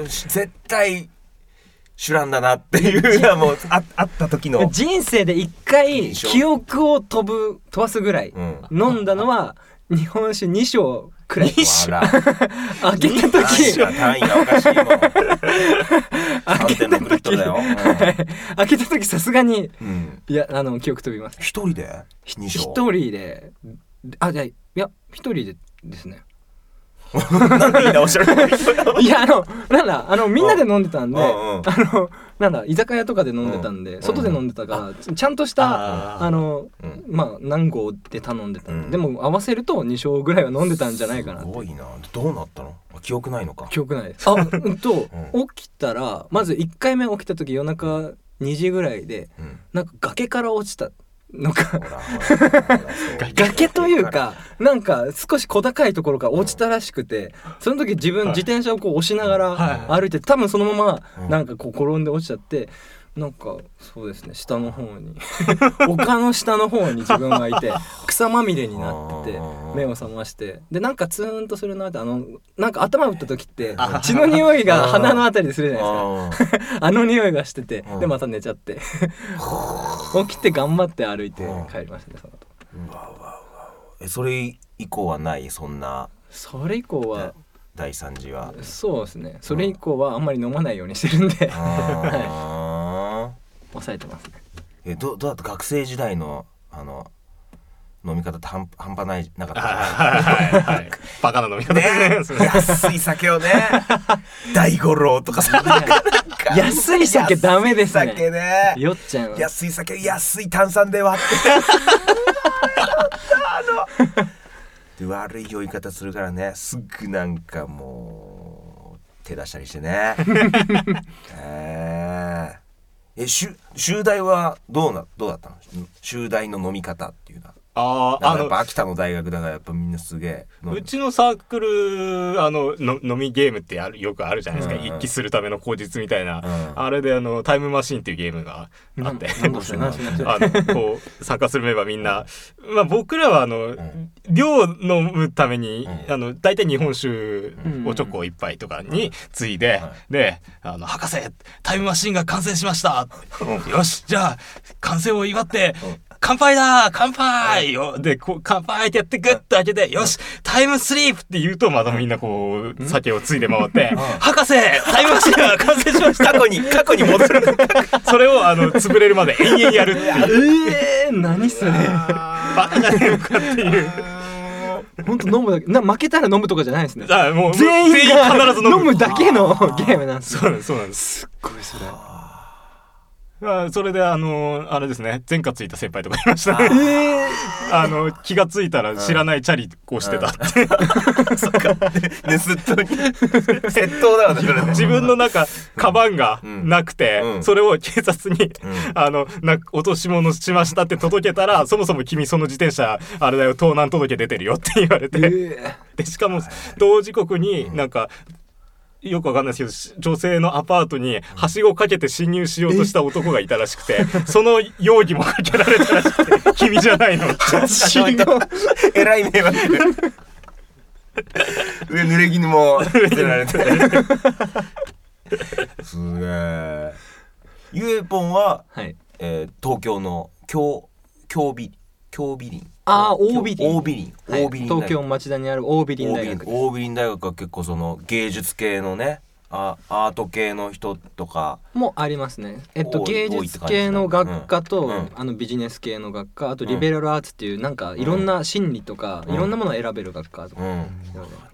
Speaker 1: 絶対酒乱だなっていうのはもうあ会った時の
Speaker 2: 人生で一回記憶を飛ぶ飛ばすぐらい
Speaker 1: うん
Speaker 2: 飲んだのは日本酒2升くらい
Speaker 3: 一週
Speaker 1: あら
Speaker 2: 開けた
Speaker 1: 単位
Speaker 2: 時
Speaker 1: が単位がおかしいもん3点のグリッドだよ、
Speaker 2: 開けた時さすがに
Speaker 1: うんうん
Speaker 2: いやあの記憶飛びます
Speaker 1: 一人で二
Speaker 2: 一
Speaker 1: 章
Speaker 2: 人であじゃいや一人でですね
Speaker 1: なんで言い直してるの
Speaker 2: いやあのなんだあのみんなで飲んでたんで
Speaker 1: うんうん
Speaker 2: あのなんだ居酒屋とかで飲んでたんで、
Speaker 1: うん
Speaker 2: 外で飲んでたからちちゃんとした
Speaker 3: あ
Speaker 2: あ
Speaker 3: ー
Speaker 2: の、
Speaker 1: うん
Speaker 2: まあ何合で頼んでたんで、
Speaker 1: うん
Speaker 2: でも合わせると2升ぐらいは飲んでたんじゃないかなっ
Speaker 1: す
Speaker 2: て
Speaker 1: ごいなどうなったの記憶ないのか
Speaker 2: 記憶ないですあうんと、
Speaker 1: うん
Speaker 2: 起きたらまず1回目起きた時夜中2時ぐらいで
Speaker 1: うん
Speaker 2: なんか崖から落ちたのか
Speaker 1: ほらほらほらそう
Speaker 2: 崖というかなんか少し小高いところから落ちたらしくてその時自分
Speaker 3: はい
Speaker 2: 自転車をこう押しながら
Speaker 3: は
Speaker 2: 歩いて多分そのま
Speaker 1: う
Speaker 2: ま
Speaker 1: ん
Speaker 2: なんかこう転んで落ちちゃってなんかそうですね下の方に 丘の下の方に自分がいて草まみれになってて
Speaker 1: うん
Speaker 2: 目を覚ましてでなんかツーンとするなってあのなんか頭打った時って
Speaker 3: あ
Speaker 2: 血の匂いが
Speaker 1: あー
Speaker 2: 鼻のあたりでするじゃないですか。
Speaker 1: あ
Speaker 2: あの匂いがしてて
Speaker 1: うん
Speaker 2: でまた寝ちゃって起きて頑張って歩いて
Speaker 1: うん
Speaker 2: 帰りましたねその後
Speaker 1: ーうわうわうわえそれ以降はないそんな
Speaker 2: それ以降は
Speaker 1: 大惨事 は
Speaker 2: そうですねそれ以降はあんまり飲まないようにしてるんで
Speaker 1: あー
Speaker 2: 抑えてますね
Speaker 1: えどどうだった学生時代のあの飲み方って半半端ないなかっ
Speaker 3: あ
Speaker 1: た
Speaker 3: はいはいはいバカな飲み方 ですね。
Speaker 1: 安い酒をね 大五郎とかさ
Speaker 2: 安い酒ダメです
Speaker 1: 安い酒
Speaker 2: ね
Speaker 1: ね
Speaker 2: 酔っちゃいます
Speaker 1: 安い酒安い炭酸で割って あので悪い酔い方するからねすぐなんかもう手出したりしてねえー、えしゅ集大はどうなどうだったの集大の飲み方っていうのは
Speaker 3: ああ
Speaker 1: あ
Speaker 3: あ
Speaker 1: のやっ
Speaker 3: の
Speaker 1: ぱ秋田の大学だからやっぱみんなすげえ飲む
Speaker 3: うちのサークルあのの飲みゲームってあるよくあるじゃないですか、
Speaker 1: うんうん
Speaker 3: 一気するための口実みたいな、
Speaker 1: うん
Speaker 3: あれであのタイムマシンっていうゲームがあって。
Speaker 2: なんだそれなんだそれなんだそれ
Speaker 3: あのこう参加するメンバーみんな、まあ、僕らはあの、
Speaker 1: ん
Speaker 3: 量飲むために、
Speaker 1: うん
Speaker 3: あの大体日本酒
Speaker 2: ん
Speaker 3: おチョコ一杯とかについで、
Speaker 1: は
Speaker 3: であの「博士タイムマシンが完成しました!」よしじゃあ完成を祝って
Speaker 1: うん
Speaker 3: 乾杯だ乾杯よでこう乾杯ってやってグッと開けてよしタイムスリープって言うとまたみんなこう酒をついで回って「博士タイムマシン が完成しました!
Speaker 1: 過去に過去に戻る」
Speaker 3: それをあの潰れるまで延々やるって いう
Speaker 2: えー、何それ
Speaker 3: バカじゃねえのかっていう
Speaker 2: 本当飲むだけな負けたら飲むとかじゃないですね
Speaker 3: あもう
Speaker 2: 全員が
Speaker 3: 必ず飲む
Speaker 2: 飲むだけのゲームなんです
Speaker 3: そうなんですそうなんです
Speaker 2: すっごいそれ
Speaker 3: まあそれであのあれですね前科ついた先輩とかいましたね
Speaker 2: え
Speaker 3: あの気がついたら知らないチャリこうしてたって
Speaker 1: そっか盗っ人に窃盗だわねそれね
Speaker 3: 自分のなんかカバンがなくて、
Speaker 1: うん
Speaker 3: それを警察に、
Speaker 1: ん
Speaker 3: あのな落とし物しましたって届けたらそもそも君その自転車あれだよ盗難届出てるよって言われて、
Speaker 2: ー、
Speaker 3: でしかも同時刻になんか。よくわかんないですけど女性のアパートにはしごをかけて侵入しようとした男がいたらしく てその容疑もかけられたらしくて「君じゃない の」って
Speaker 2: 死ぬ
Speaker 1: えらい迷 惑上濡れ衣も捨てられてすげえゆえぽんは、
Speaker 2: はい
Speaker 1: えー、東京の京京美京美林
Speaker 2: あー大美林
Speaker 1: 大美林
Speaker 2: はい
Speaker 1: 大美林大学
Speaker 2: 東京町田にある大美
Speaker 1: 大
Speaker 2: 林大
Speaker 1: 美林
Speaker 2: 学です
Speaker 1: 大美林大学は結構その芸術系のねあアート系の人とか
Speaker 2: もありますね。えっと
Speaker 1: 多い
Speaker 2: 芸術系の学科と、
Speaker 1: 多いって感じだねうん
Speaker 2: あのビジネス系の学科あと
Speaker 1: うん
Speaker 2: リベラルアーツっていうなんかいろんな心理とか、
Speaker 1: うん
Speaker 2: いろんなものを選べる学科
Speaker 1: う
Speaker 2: とか、
Speaker 1: ん
Speaker 2: なので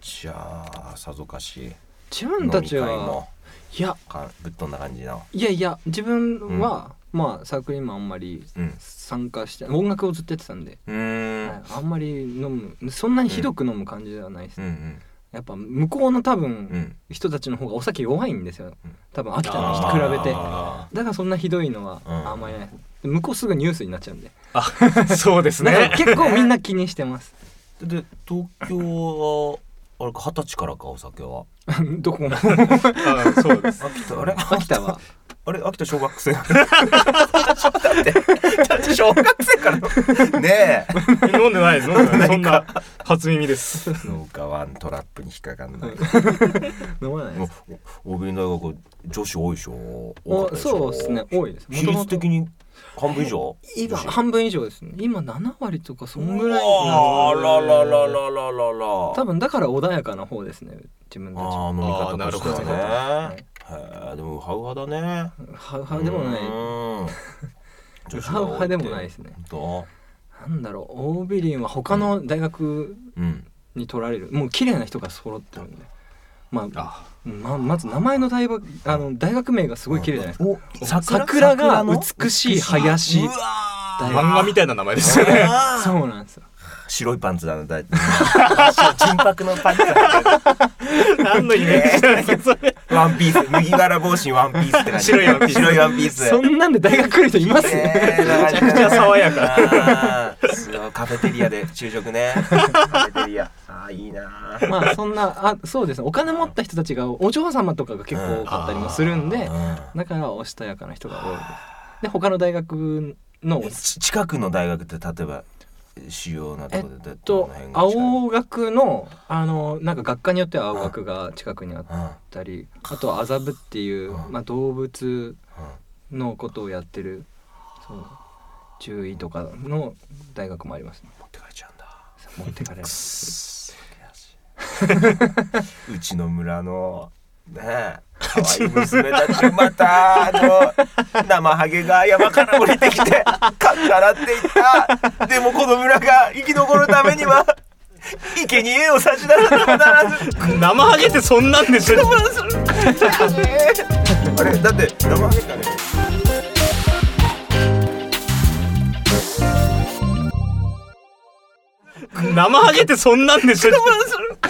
Speaker 1: じゃあさぞかしい
Speaker 2: 自分たち
Speaker 1: 飲み会
Speaker 2: は
Speaker 1: も
Speaker 2: いや
Speaker 1: かぶっ飛んだ感じの
Speaker 2: いやいや自分は、まあサークルにもあんまり
Speaker 1: うん
Speaker 2: 参加して音楽をずっとやってたんで、
Speaker 1: うーん
Speaker 2: はいあんまり飲むそんなにひどく飲む感じではないです、
Speaker 1: うんうん
Speaker 2: やっぱ向こうの多分、
Speaker 1: うん
Speaker 2: 人たちの方がお酒弱いんですよ
Speaker 1: うん
Speaker 2: 多分秋田の人と比べて
Speaker 3: あ
Speaker 2: だからそんなひどいのは
Speaker 1: うん
Speaker 2: あんまりないです、で向こうすぐニュースになっちゃうんで
Speaker 3: ーそうです
Speaker 2: なん
Speaker 3: ね
Speaker 2: か結構みんな気にし てます
Speaker 1: で東京はあれか二十歳からかお酒は
Speaker 2: ど こも
Speaker 3: あそうです
Speaker 1: 秋田あれ
Speaker 2: 秋田は
Speaker 1: あれ秋田小学 生だって小学生からねえ
Speaker 3: 飲ん でないです飲んでないそんな初耳です
Speaker 1: そうかワントラップに引っかかんない
Speaker 2: 飲まな
Speaker 1: で
Speaker 2: いで
Speaker 1: も
Speaker 2: す
Speaker 1: お大喜利大学女子多いでしょ多か
Speaker 2: お
Speaker 1: ったでしょ
Speaker 2: そうですね多いです
Speaker 1: 比率的に半分以上
Speaker 2: 今
Speaker 1: 女子
Speaker 2: 半分以上ですね今7割とかそんぐらい
Speaker 1: あららららららららら
Speaker 2: 多分だから穏やかな方ですね自分たち
Speaker 1: ああ飲み
Speaker 3: あーな
Speaker 1: 方と
Speaker 3: る
Speaker 1: して
Speaker 3: ほど
Speaker 1: はね
Speaker 2: はい
Speaker 1: へえでもウハウハだね
Speaker 2: ははでもない
Speaker 1: い
Speaker 2: ウハウハでもないですね
Speaker 1: と
Speaker 2: なんだろうオービリンは他の大学
Speaker 1: うん
Speaker 2: に取られるもう綺麗な人が揃ってるんでまあ
Speaker 3: あ
Speaker 2: ままず名前の大学あの大学名がすごい綺麗じゃないですか
Speaker 1: お
Speaker 2: 桜が
Speaker 1: の
Speaker 2: 美しい林
Speaker 1: うわ
Speaker 2: 大
Speaker 3: 漫画みたいな名前ですよね
Speaker 1: あー
Speaker 2: そうなんですよ
Speaker 1: 白い パンツだな大体金箔のパンツだ
Speaker 3: 何のイメージなんですかそれ
Speaker 1: なワンピース麦わら帽子にワンピースって感じ
Speaker 3: 白いワンピース
Speaker 1: 白いワンピース
Speaker 2: そんなんで大学来る人います
Speaker 1: えー
Speaker 2: ね
Speaker 1: なかなか
Speaker 3: めちゃくちゃ爽やか
Speaker 1: あーそうカフェテリアで昼食ねカフェテリアあーいいなー
Speaker 2: まあそんなあそうですねお金持った人たちがお嬢様とかが結構多かったりもするんでだからおしとやかな人が多いですで他の大学の
Speaker 1: うんち近くの大学って例えば主要なとこでえっ
Speaker 2: と青学のあのなんか学科によっては青学が近くにあっ
Speaker 1: うんうん
Speaker 2: たりあとは麻布っていう、
Speaker 1: うん
Speaker 2: まあ、動物のことをやってるそう獣医とかの大学もあります、ね、
Speaker 1: 持ってかれちゃうんだ
Speaker 2: 持って かれる
Speaker 1: くっそ 悔しいうちの村のね え可愛い娘たちまたあの生ハゲが山から降りてきてかっからっていったでもこの村が生き残るためには生贄を差し出さねばならず
Speaker 3: 生ハゲってそんなんでしょ
Speaker 1: あれだって生ハゲだね
Speaker 3: 生ハゲってそんなんでしょ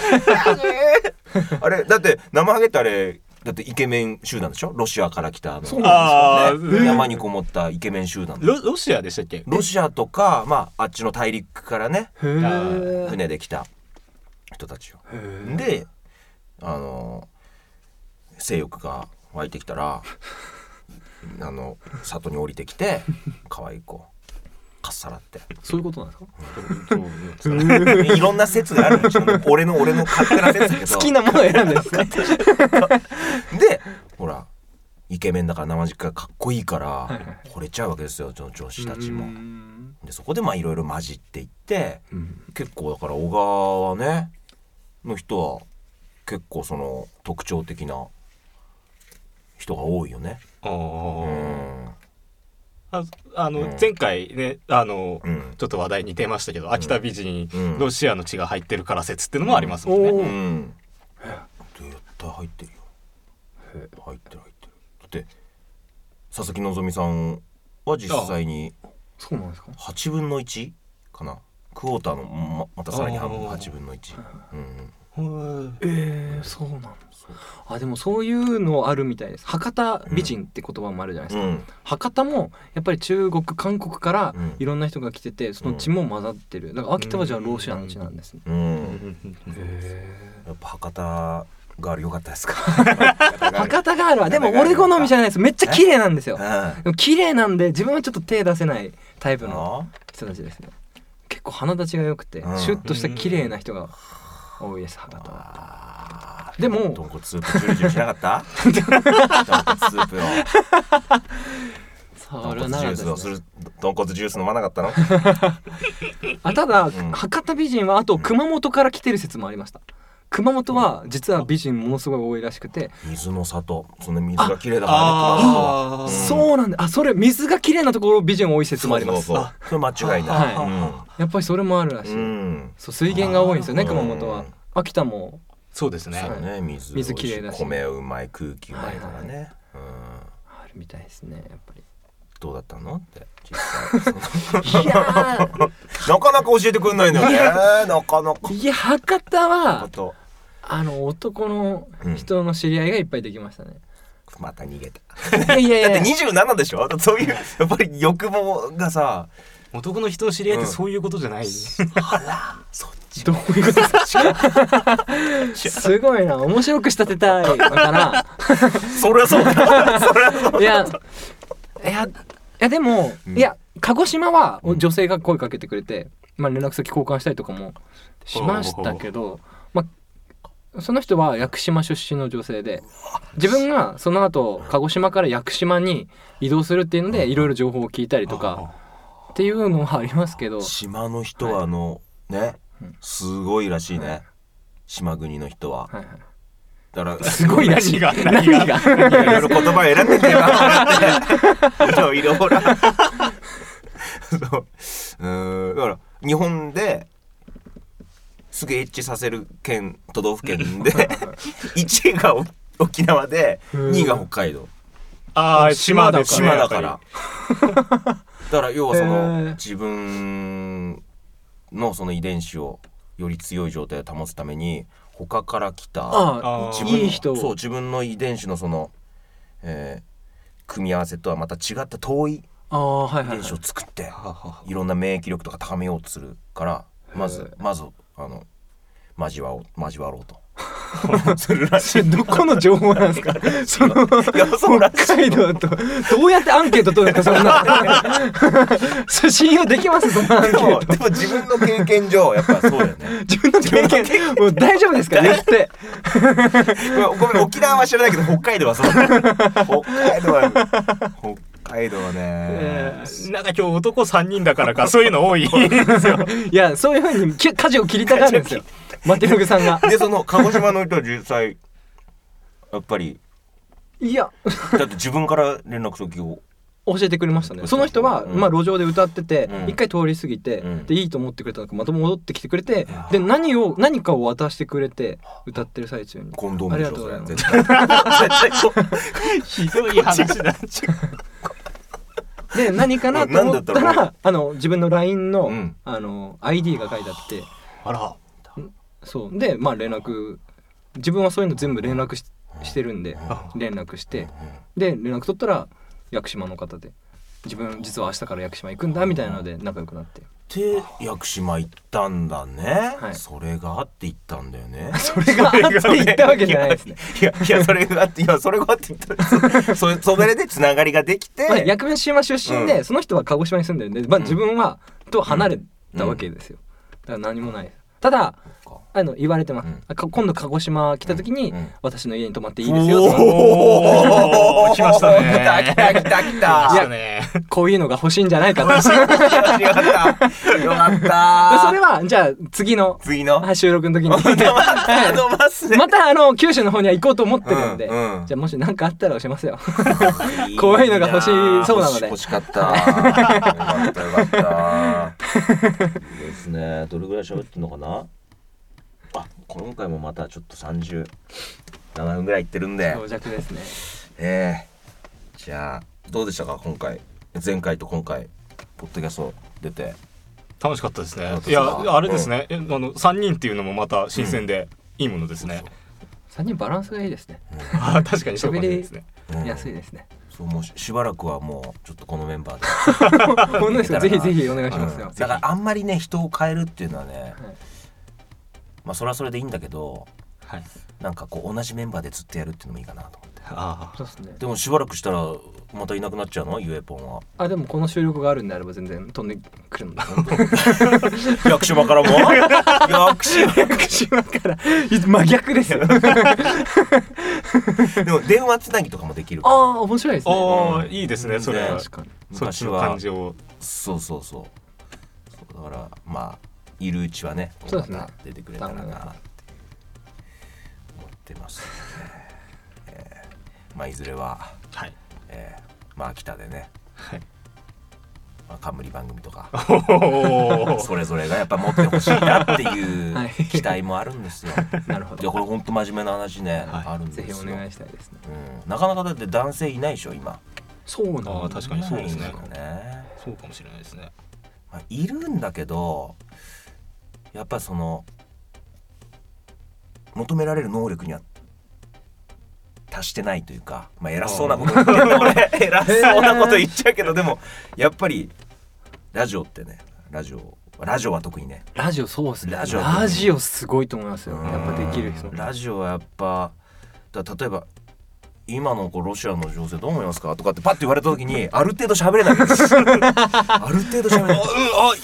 Speaker 1: あれだって生ハゲってあれだってイケメン集団でしょロシアから来たあの
Speaker 2: そう
Speaker 3: あ
Speaker 1: ね
Speaker 3: ー
Speaker 1: 山にこもったイケメン集団
Speaker 3: ロロシアでしたっけ
Speaker 1: ロシアとか、まあ、あっちの大陸からね
Speaker 2: へー
Speaker 1: 船で来た人たちよ
Speaker 2: へー
Speaker 1: であの性欲が湧いてきたら あの里に降りてきて可愛い子かっさらって
Speaker 2: そういうことなんですか
Speaker 1: いろんな説があるうちの俺の俺の勝手な説だけど
Speaker 2: 好きなものを選んでるんですね
Speaker 1: でほらイケメンだから生実家かっこいいから
Speaker 2: いはいはい
Speaker 1: 惚れちゃうわけですよその女子たち
Speaker 2: う
Speaker 1: も。
Speaker 2: ん
Speaker 1: でそこでまあいろいろ混じっていって結構だから小川はねの人は結構その特徴的な人が多いよね。
Speaker 3: あ
Speaker 1: う
Speaker 3: ー
Speaker 1: ん
Speaker 3: ああの
Speaker 1: うん
Speaker 3: 前回ねあの
Speaker 1: うん
Speaker 3: ちょっと話題に出ましたけど秋田美人に
Speaker 1: うん
Speaker 3: ロシアの血が入ってるから説っていうのもありますもんね、
Speaker 2: うんお
Speaker 1: う
Speaker 2: ー
Speaker 1: ん。絶対入ってるよ。入ってる入ってる。だって佐々木希さんは実際に
Speaker 2: そうなんですか
Speaker 1: 8分の1かなクォーターのままたさらに半分
Speaker 3: あー
Speaker 1: 8分の1。うん
Speaker 3: うん
Speaker 2: ええそうなんあでもそういうのあるみたいです博多美人って言葉もあるじゃないです
Speaker 1: う
Speaker 2: か、
Speaker 1: ん
Speaker 2: 博多もやっぱり中国韓国から
Speaker 1: うん
Speaker 2: いろんな人が来ててその血も混ざってるだから秋田はじゃあロシアの血なんですね、
Speaker 1: うん。やっぱ博多がある良かったですか。博
Speaker 2: 博多ガールはでも俺好みじゃないですめっちゃ綺麗なんですよ
Speaker 1: 多。
Speaker 2: でも綺麗なんで自分はちょっと手出せないタイプ
Speaker 1: うん。
Speaker 2: の人たちですね結構鼻立ちが良くて
Speaker 1: うん
Speaker 2: シュッとした綺麗な人が多いです博多は
Speaker 1: あー
Speaker 2: でも
Speaker 1: 豚骨スープジュルジュルしなかった豚骨スープを
Speaker 2: そ
Speaker 1: 豚
Speaker 2: れは
Speaker 1: 骨
Speaker 2: な
Speaker 1: ジュ
Speaker 2: か
Speaker 1: ー
Speaker 2: った
Speaker 1: スを
Speaker 2: ですすね
Speaker 1: る豚骨ジュース飲まなかったの
Speaker 2: あただ、
Speaker 1: ん
Speaker 2: 博多美人はあと熊本から来てる説もありました熊本は実は美人ものすごい多いらしくて、
Speaker 1: 水の里その水が綺麗だからねう
Speaker 3: あ
Speaker 1: ん
Speaker 2: そうなんだあそれ水が綺麗なところ美人多い説もあります
Speaker 1: そうそうそうそれ間違いない
Speaker 2: あやっぱりそれもあるらしい、
Speaker 1: うんうん
Speaker 2: そう水源が多いんですよね
Speaker 1: あー
Speaker 2: 熊本は
Speaker 1: うん
Speaker 2: 秋田も
Speaker 3: そうですね
Speaker 1: そうね水
Speaker 2: 水綺麗だし
Speaker 1: 米うまい空気うまいからねうん
Speaker 2: あるみたいですねやっぱり
Speaker 1: どうだったのって実際その
Speaker 2: いやー
Speaker 1: なかなか教えてくれないのよね なかなか
Speaker 2: いや博多
Speaker 1: あ
Speaker 2: は
Speaker 1: と
Speaker 2: あの男の人の知り合いがいっぱいできまし たね、
Speaker 1: また逃げた
Speaker 2: いやいやいや
Speaker 1: だって27でしょそういうやっぱり欲望がさ
Speaker 3: 男の人の知り合いってそういうことじゃない、
Speaker 1: そっち
Speaker 2: どういうことですか すごいな面白く仕立てたいだから
Speaker 1: そりゃそう だそりゃそう
Speaker 2: いや、いや、いやでも、
Speaker 1: うん
Speaker 2: いや、鹿児島は
Speaker 1: うん
Speaker 2: 女性が声かけてくれて、まあ連絡先交換したりとかもしましたけど、まあ、その人は屋久島出身の女性で、自分がその後、鹿児島から屋久島に移動するっていうので、いろいろ情報を聞いたりとかっていうのはありますけど、
Speaker 1: 島の人はあの、ね、
Speaker 2: うん
Speaker 1: すごいらしいね島国の人は
Speaker 2: はいはい
Speaker 1: だから
Speaker 2: すごいらしい
Speaker 3: 何が
Speaker 2: 何が
Speaker 1: いろいろ言葉選んできて なと思っていろいろほらそううーんだから日本ですぐエッチさせる県都道府県 で1位が沖沖縄で
Speaker 2: うん
Speaker 1: 2位が北海道
Speaker 3: ああ島で
Speaker 1: 島だからだから要はそ
Speaker 2: へー
Speaker 1: の自分のその遺伝子をより強い状態を保つために他から来た
Speaker 2: あ
Speaker 3: あ
Speaker 2: あ
Speaker 1: 自
Speaker 3: ー
Speaker 1: 分の
Speaker 2: いい人
Speaker 1: そう自分の遺伝子のその、えー組み合わせとはまた違った遠い遺
Speaker 2: ああはいはい
Speaker 1: 伝
Speaker 2: は
Speaker 1: 子を作って、い
Speaker 3: あ
Speaker 1: ろんな免疫力とか高めようとするからま
Speaker 2: へ
Speaker 1: ず
Speaker 2: え
Speaker 1: まずあの交わおう交わろうと。
Speaker 2: い それ どこの情報なんです かその
Speaker 1: いやそうらし
Speaker 2: 北海道とどうやってアンケート取るんですかそんな それ信用できますそんなアン
Speaker 1: い
Speaker 2: ケ
Speaker 1: でも
Speaker 2: ート
Speaker 1: でも自分の経験上やっぱそうだよね。
Speaker 2: 自分の経験もう大丈夫ですかできて
Speaker 1: ごめん沖縄は知らないけど北海道はそうだ、ね、北海道は北海道はね、
Speaker 3: なんか今日男3人だからかそういうの多いですよ
Speaker 2: いやそういうふうにき舵を切りたがるんですよマテログさんが
Speaker 1: でその鹿児島の人は実際やっぱり
Speaker 2: いや
Speaker 1: だって自分から連絡先を
Speaker 2: 教えてくれましたねその人は、
Speaker 1: うん
Speaker 2: まあ、路上で歌ってて
Speaker 1: うん
Speaker 2: 一、回通り過ぎて、
Speaker 1: うん
Speaker 2: でいいと思ってくれたのかまた戻ってきてくれて
Speaker 1: や
Speaker 2: で何を何かを渡してくれて歌ってる最中に
Speaker 1: コンドームでしょそれ
Speaker 2: ありがとうご
Speaker 1: 絶対絶対
Speaker 3: ひどい話だ
Speaker 2: で何かな
Speaker 1: うん
Speaker 2: と思った
Speaker 1: なんだった
Speaker 2: らあの自分の LINE の,、
Speaker 1: うん
Speaker 2: あの ID が書いてあって
Speaker 3: あら
Speaker 2: そうでまあ連絡自分はそういうの全部連絡ししてるんで
Speaker 3: あ
Speaker 2: 連絡してで連絡取ったら屋久島の方で自分実は明日から屋久島行くんだみたいなので仲良くなって
Speaker 1: で屋久島行ったんだね、
Speaker 2: はい
Speaker 1: それがあって行ったんだよね
Speaker 2: それがあって言ったわけじゃないですね
Speaker 1: いやいやそれがあっていやそれがあって行ったそ そそれでつながりができて、
Speaker 2: まあ、屋久島出身で、
Speaker 1: うん
Speaker 2: その人は鹿児島に住んでるんで、まあ、自分は、と離れたわけですよ、だから何もないですただ
Speaker 1: そ
Speaker 2: あの言われてます、
Speaker 1: うん
Speaker 2: あか今度鹿児島来た時に、
Speaker 1: うんうん
Speaker 2: 私の家に泊まってい
Speaker 1: っ
Speaker 2: い
Speaker 1: か
Speaker 2: ですよとか
Speaker 3: おー来ましたね
Speaker 1: 来た来た来た来
Speaker 3: あ
Speaker 1: た
Speaker 3: い
Speaker 1: いや
Speaker 3: やね
Speaker 2: こういうのが欲しいんじゃないかとでそ
Speaker 1: よかったよかった
Speaker 2: れはじゃあ次の
Speaker 1: 次の
Speaker 2: はい収録の時 に
Speaker 1: あのマスで
Speaker 2: またあの九州の方には行こうと思ってるんで、
Speaker 1: うんうん
Speaker 2: じゃあもし何かあったら教えますよこういうのが欲しいそうなので
Speaker 1: 欲し欲しかった。よかったよかった。いいですね。どれぐらい喋ってんのかな。あ、今回もまたちょっと三十七分ぐらいいってるんで。
Speaker 2: 強弱です ね
Speaker 1: ええじゃあどうでしたか今回。前回と今回ポッドキャスト出て。
Speaker 3: 楽しかったですね
Speaker 1: 楽し
Speaker 3: い
Speaker 1: かった
Speaker 3: やあれですね、えあの3人っていうのもまた新鮮でいいものですね、
Speaker 2: 3人バランスがいいですね、
Speaker 3: あー確かにそうかもしれないですね
Speaker 1: うん
Speaker 2: 安いですね
Speaker 1: そうもうししばらくはもうちょっとこのメンバーで。
Speaker 2: 本当ですかぜひぜひお願いしますよ、
Speaker 1: うんだからあんまりね人を変えるっていうのはね、
Speaker 2: はい
Speaker 1: まあそれはそれでいいんだけど。
Speaker 3: はい
Speaker 1: なんかこう同じメンバーでずっとやるっていうのもいいかなと思って
Speaker 3: あ
Speaker 2: そうですね
Speaker 1: でもしばらくしたらまたいなくなっちゃうのゆえぽんは
Speaker 2: あでもこの収録があるんであれば全然飛んでくるので
Speaker 1: 役島からも 役島
Speaker 2: 福島から 真逆ですよ あ
Speaker 1: でも電話つなぎとかもできるから
Speaker 2: あ面白いです
Speaker 3: あ
Speaker 2: ね
Speaker 3: ああ
Speaker 1: うん
Speaker 3: いいですねそれ
Speaker 1: ね
Speaker 3: は
Speaker 2: 確かに
Speaker 3: そっ
Speaker 1: 昔
Speaker 3: ちの
Speaker 1: は
Speaker 3: 感じを
Speaker 1: そうそうそうそうだからまあいるうちはね
Speaker 2: そう
Speaker 1: ま
Speaker 2: ですね
Speaker 1: た出てくれたらなって思ってますね、えーまあいずれは、
Speaker 3: はい
Speaker 1: えーまあ秋田でね、
Speaker 3: はい
Speaker 1: まあ、冠番組とか
Speaker 3: おー
Speaker 1: それぞれがやっぱ持ってほしいなってい
Speaker 2: はいう
Speaker 1: 期待もあるんです よ。
Speaker 2: なるほ
Speaker 1: いや
Speaker 2: ど
Speaker 1: これ本当真面目な話ね、
Speaker 3: はい
Speaker 1: あるん
Speaker 2: ぜ
Speaker 1: で
Speaker 2: ひお
Speaker 1: すよ
Speaker 2: 願いしたいですね
Speaker 1: うん、なかなかだって男性いないでしょ今
Speaker 2: そうなん
Speaker 3: ああ確かにそうです
Speaker 1: いな
Speaker 3: ね
Speaker 1: いよね、
Speaker 3: そうかもしれないですね
Speaker 1: まあ、いるんだけどやっぱその求められる能力には達してないというか、まあ、偉そうなこと言ってんな俺偉そうなこと言っちゃうけどでもやっぱりラジオってねラジオラジオは特にね
Speaker 2: ラジオそうですね
Speaker 1: ラ
Speaker 2: ラ
Speaker 1: ジ
Speaker 2: ジ
Speaker 1: オ
Speaker 2: オすごいと思いますよやっぱできる人
Speaker 1: うんラジオはやっぱだ例えば今のこうロシアの情勢どう思いますか?」とかってパッて言われた時にある程度喋れないんです ある程度喋れない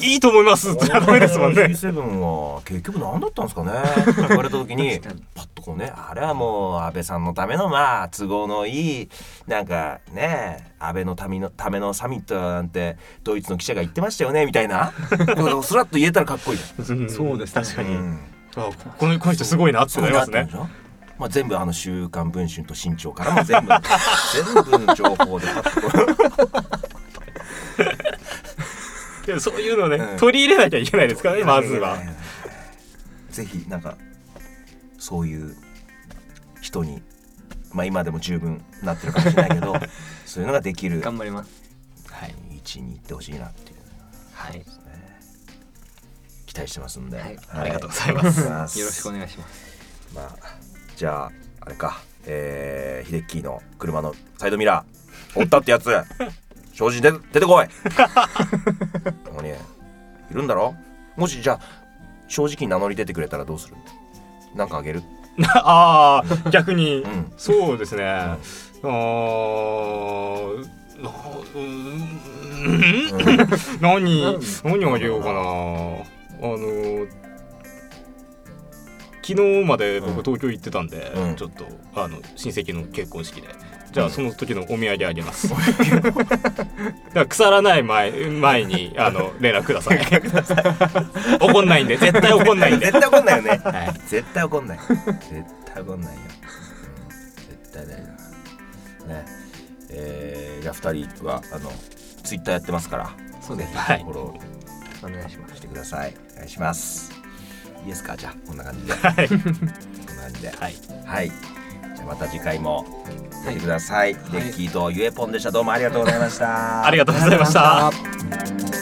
Speaker 3: あいいと思いますってダメですもんね
Speaker 1: G7 は結局何だったんですかねって言われた時に
Speaker 2: 確かに
Speaker 1: パッとこうねあれはもう安倍さんのためのまあ都合のいいなんかね安倍のためのためのサミットなんてドイツの記者が言ってましたよねみたい なことをスラッと言えたらかっこいいじゃん
Speaker 2: そうですね
Speaker 3: 確かに、
Speaker 1: うん
Speaker 3: あこのこの人すごいなって
Speaker 1: そう
Speaker 3: なり
Speaker 1: な
Speaker 3: ま
Speaker 1: っ
Speaker 3: す
Speaker 1: たん
Speaker 3: ね
Speaker 1: でしょまあ、全部あの「週刊文春」と「新潮」からも全部全部の情報でパッとこう
Speaker 3: でもそういうのをね、
Speaker 1: うん
Speaker 3: 取り入れなきゃいけないですからねまずは、
Speaker 1: ぜひなんかそういう人にまあ今でも十分なってるかもしれないけどそういうのができる
Speaker 2: 頑張ります
Speaker 1: はい位置に行ってほしいなっていう
Speaker 2: はいよ
Speaker 1: 期待してますんで、
Speaker 2: はい
Speaker 3: ありがとうございます
Speaker 1: ろ
Speaker 2: ろしくお願いします
Speaker 1: まあじゃああれかえー、ヒデッキーの車のサイドミラー折ったってや つ正直出て出てこいここにいるんだろもしじゃあ正直に名乗り出てくれたらどうするなんかあげる
Speaker 3: ああ逆に、
Speaker 1: うん
Speaker 3: そうですね、あーなうーん 何
Speaker 2: うん
Speaker 3: 何をあげようかなあの昨日まで
Speaker 1: うん
Speaker 3: 僕東京行ってたんで、
Speaker 1: うん
Speaker 3: ちょっとあの親戚の結婚式でじゃ
Speaker 1: う
Speaker 3: あ
Speaker 1: ん
Speaker 3: その時のお土産あげます だから腐らない前前にあの連絡ください怒んないんで絶対怒んないんで
Speaker 1: 絶対怒んないよね
Speaker 3: はい
Speaker 1: 絶対怒んない絶対怒んないよ、うん絶対大丈夫ねえー、じゃあ2人はあのツイッターやってますから
Speaker 2: そうです
Speaker 3: はい
Speaker 1: フォロー
Speaker 2: お願いします
Speaker 1: してくださいお願いしますいいですかじゃあこんな感じでこ
Speaker 3: はい
Speaker 1: んな感じで
Speaker 3: はい
Speaker 1: はいじゃあまた次回も見てください、デッキーとゆえぽんでしたどうもありがとうございました、
Speaker 3: ありがとうございました。
Speaker 2: ありがとうございました